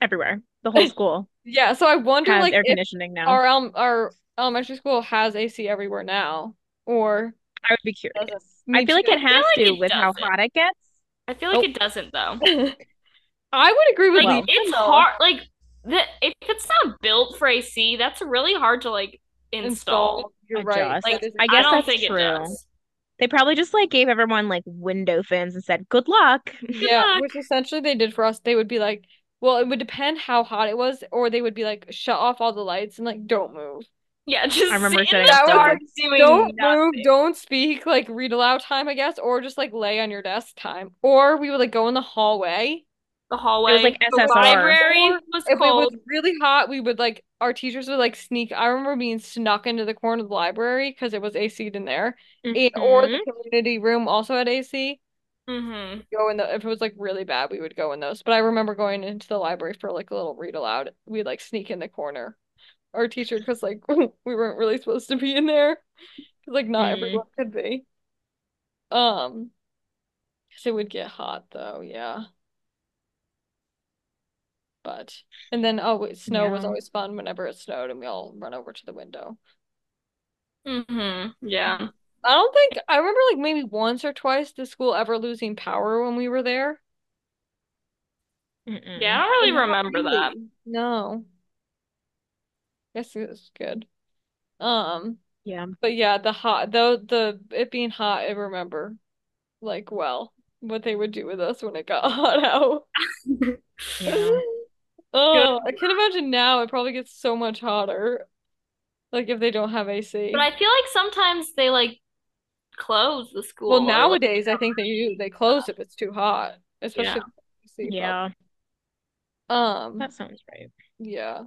Everywhere. The whole school Yeah, so I wonder has like air if conditioning now. our um our elementary school has AC everywhere now, or I would be curious. does I feel like it has like to it with how doesn't. hot it gets. I feel Oh. like it doesn't though. I would agree with Like you. it's hard. Like the if it's not built for AC, that's really hard to like install. You're right. Adjust. that Like is- I guess don't that's think true. it does. They probably just like gave everyone like window fans and said, "Good luck." Yeah, luck. which essentially they did for us. They would be like, well, it would depend how hot it was, or they would be like, shut off all the lights and like, don't move. Yeah, just I remember sit sitting in the on dark sofas. doing Don't move, nothing. don't speak, like read aloud time, I guess, or just like lay on your desk time. Or we would like go in the hallway the hallway. like the SSR. library was If it cold. was really hot, we would like our teachers would like sneak. I remember being snuck into the corner of the library because it was AC in there, and, or the Mm-hmm. community room also had AC. hmm Go in the if it was like really bad, we would go in those. But I remember going into the library for like a little read aloud. We'd like sneak in the corner. Our teacher, because like we weren't really supposed to be in there, 'Cause, like not Mm. everyone could be. Um, because it would get hot though, yeah. But and then oh, wait, snow was Yeah. always fun whenever it snowed, and we all run over to the window. hmm Yeah. I don't think I remember like maybe once or twice the school ever losing power when we were there. Mm-mm. Yeah, I don't really Not remember that. really. No. Guess it was good. Um, Yeah. but yeah, the hot though the it being hot, I remember like well what they would do with us when it got hot out. Yeah. Oh, I can imagine now it probably gets so much hotter. Like if they don't have AC. But I feel like sometimes they like close the school. Well, or, like- nowadays I think they do they close if it's too hot, especially if it's AC Yeah. problem. Um, That sounds right. yeah,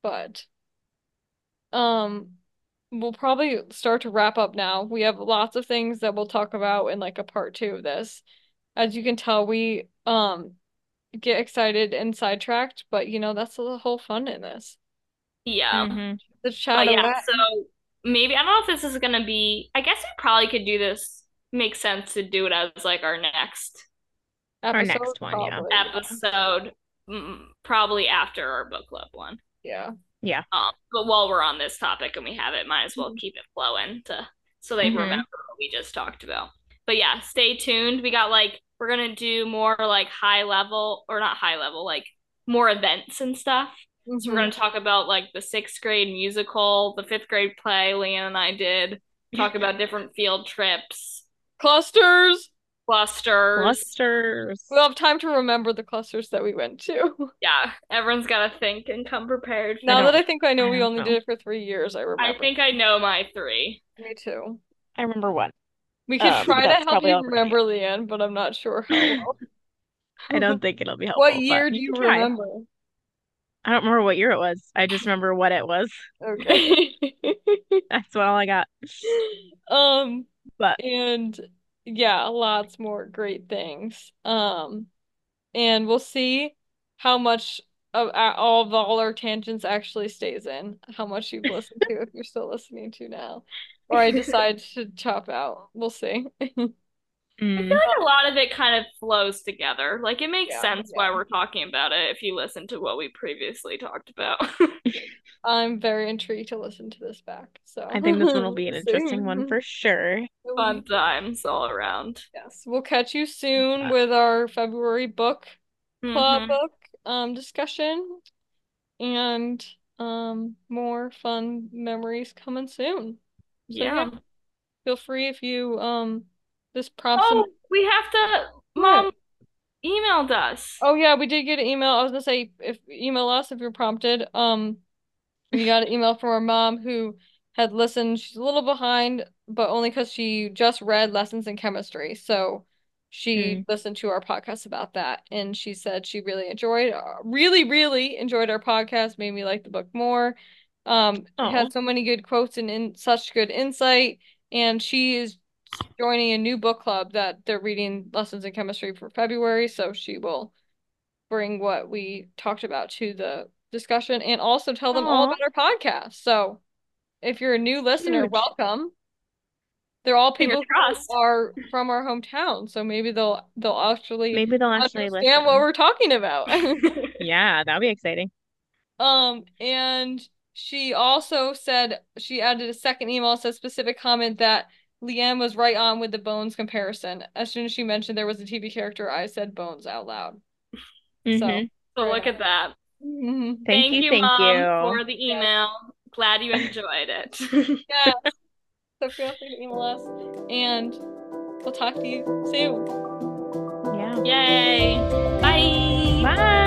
but um we'll probably start to wrap up now. We have lots of things that we'll talk about in like a part two of this. As you can tell, we um get excited and sidetracked, but you know, that's the whole fun in this. yeah. mm-hmm. Mhm. The But chat Oh, yeah, so maybe I don't know if this is gonna be. I guess we probably could do this. Makes sense to do it as like our next episode, next one, yeah. probably. episode, mm, probably after our book club one. Yeah. Um, but while we're on this topic and we have it, might as well Mm-hmm. keep it flowing to so they Mhm. remember what we just talked about. But yeah, stay tuned. We got like we're gonna do more like high level or not high level, like more events and stuff. So we're Mhm. gonna talk about like the sixth grade musical, the fifth grade play Leanne and I did, talk about different field trips, Clusters. clusters. Clusters. We'll have time to remember the clusters that we went to. Yeah, everyone's gotta think and come prepared. Now don't- that I think I know I we don't only know. did it for three years, I remember. I think I know my three. me too. I remember one. We can Um, try to that's help probably you all right. remember, Leanne, but I'm not sure how well. I don't think it'll be helpful. What but year do we you can try. remember? I don't remember what year it was. I just remember what it was. Okay. That's all I got. Um, But and yeah, lots more great things. Um, and we'll see how much of uh, all of all our tangents actually stays in, how much you've listened to if you're still listening to now, or I decide to chop out. We'll see. I mm, feel like a lot of it kind of flows together. Like it makes Yeah, sense why we're talking about it if you listen to what we previously talked about. yeah, I'm very intrigued to listen to this back, so I think this one will be an we'll interesting see. one for sure. fun times all around. Yes, we'll catch you soon with our February book club Mhm. book um discussion and um more fun memories coming soon. Yeah. Feel free if you um this prompts some Oh, we have to. Mom emailed us. Oh yeah, we did get an email. I was gonna say if email us if you're prompted. Um, we got an email from our mom who had listened. She's a little behind, but only because she just read Lessons in Chemistry. So she listened to our podcast about that, and she said she really enjoyed, uh, really, really enjoyed our podcast. Made me like the book more. Um, it Aw. had so many good quotes and in such good insight, and she is joining a new book club that they're reading Lessons in Chemistry for February, so she will bring what we talked about to the discussion and also tell them all Aw. about our podcast. So if you're a new listener, Huge. welcome. They're all Fingers people crossed. who are from our hometown, so maybe they'll they'll actually Maybe they'll actually understand listen. what we're talking about. Yeah, that'll be exciting. Um, and she also said she added a second email said specific comment that Leanne was right on with the Bones comparison. As soon as she mentioned there was a TV character, I said Bones out loud. So Mhm. So look at that. mhm. Thank you, thank Mom, you. for the email. Glad you enjoyed it. yeah. So feel free to email us and we'll talk to you soon. Yeah. Yay. Bye. Bye.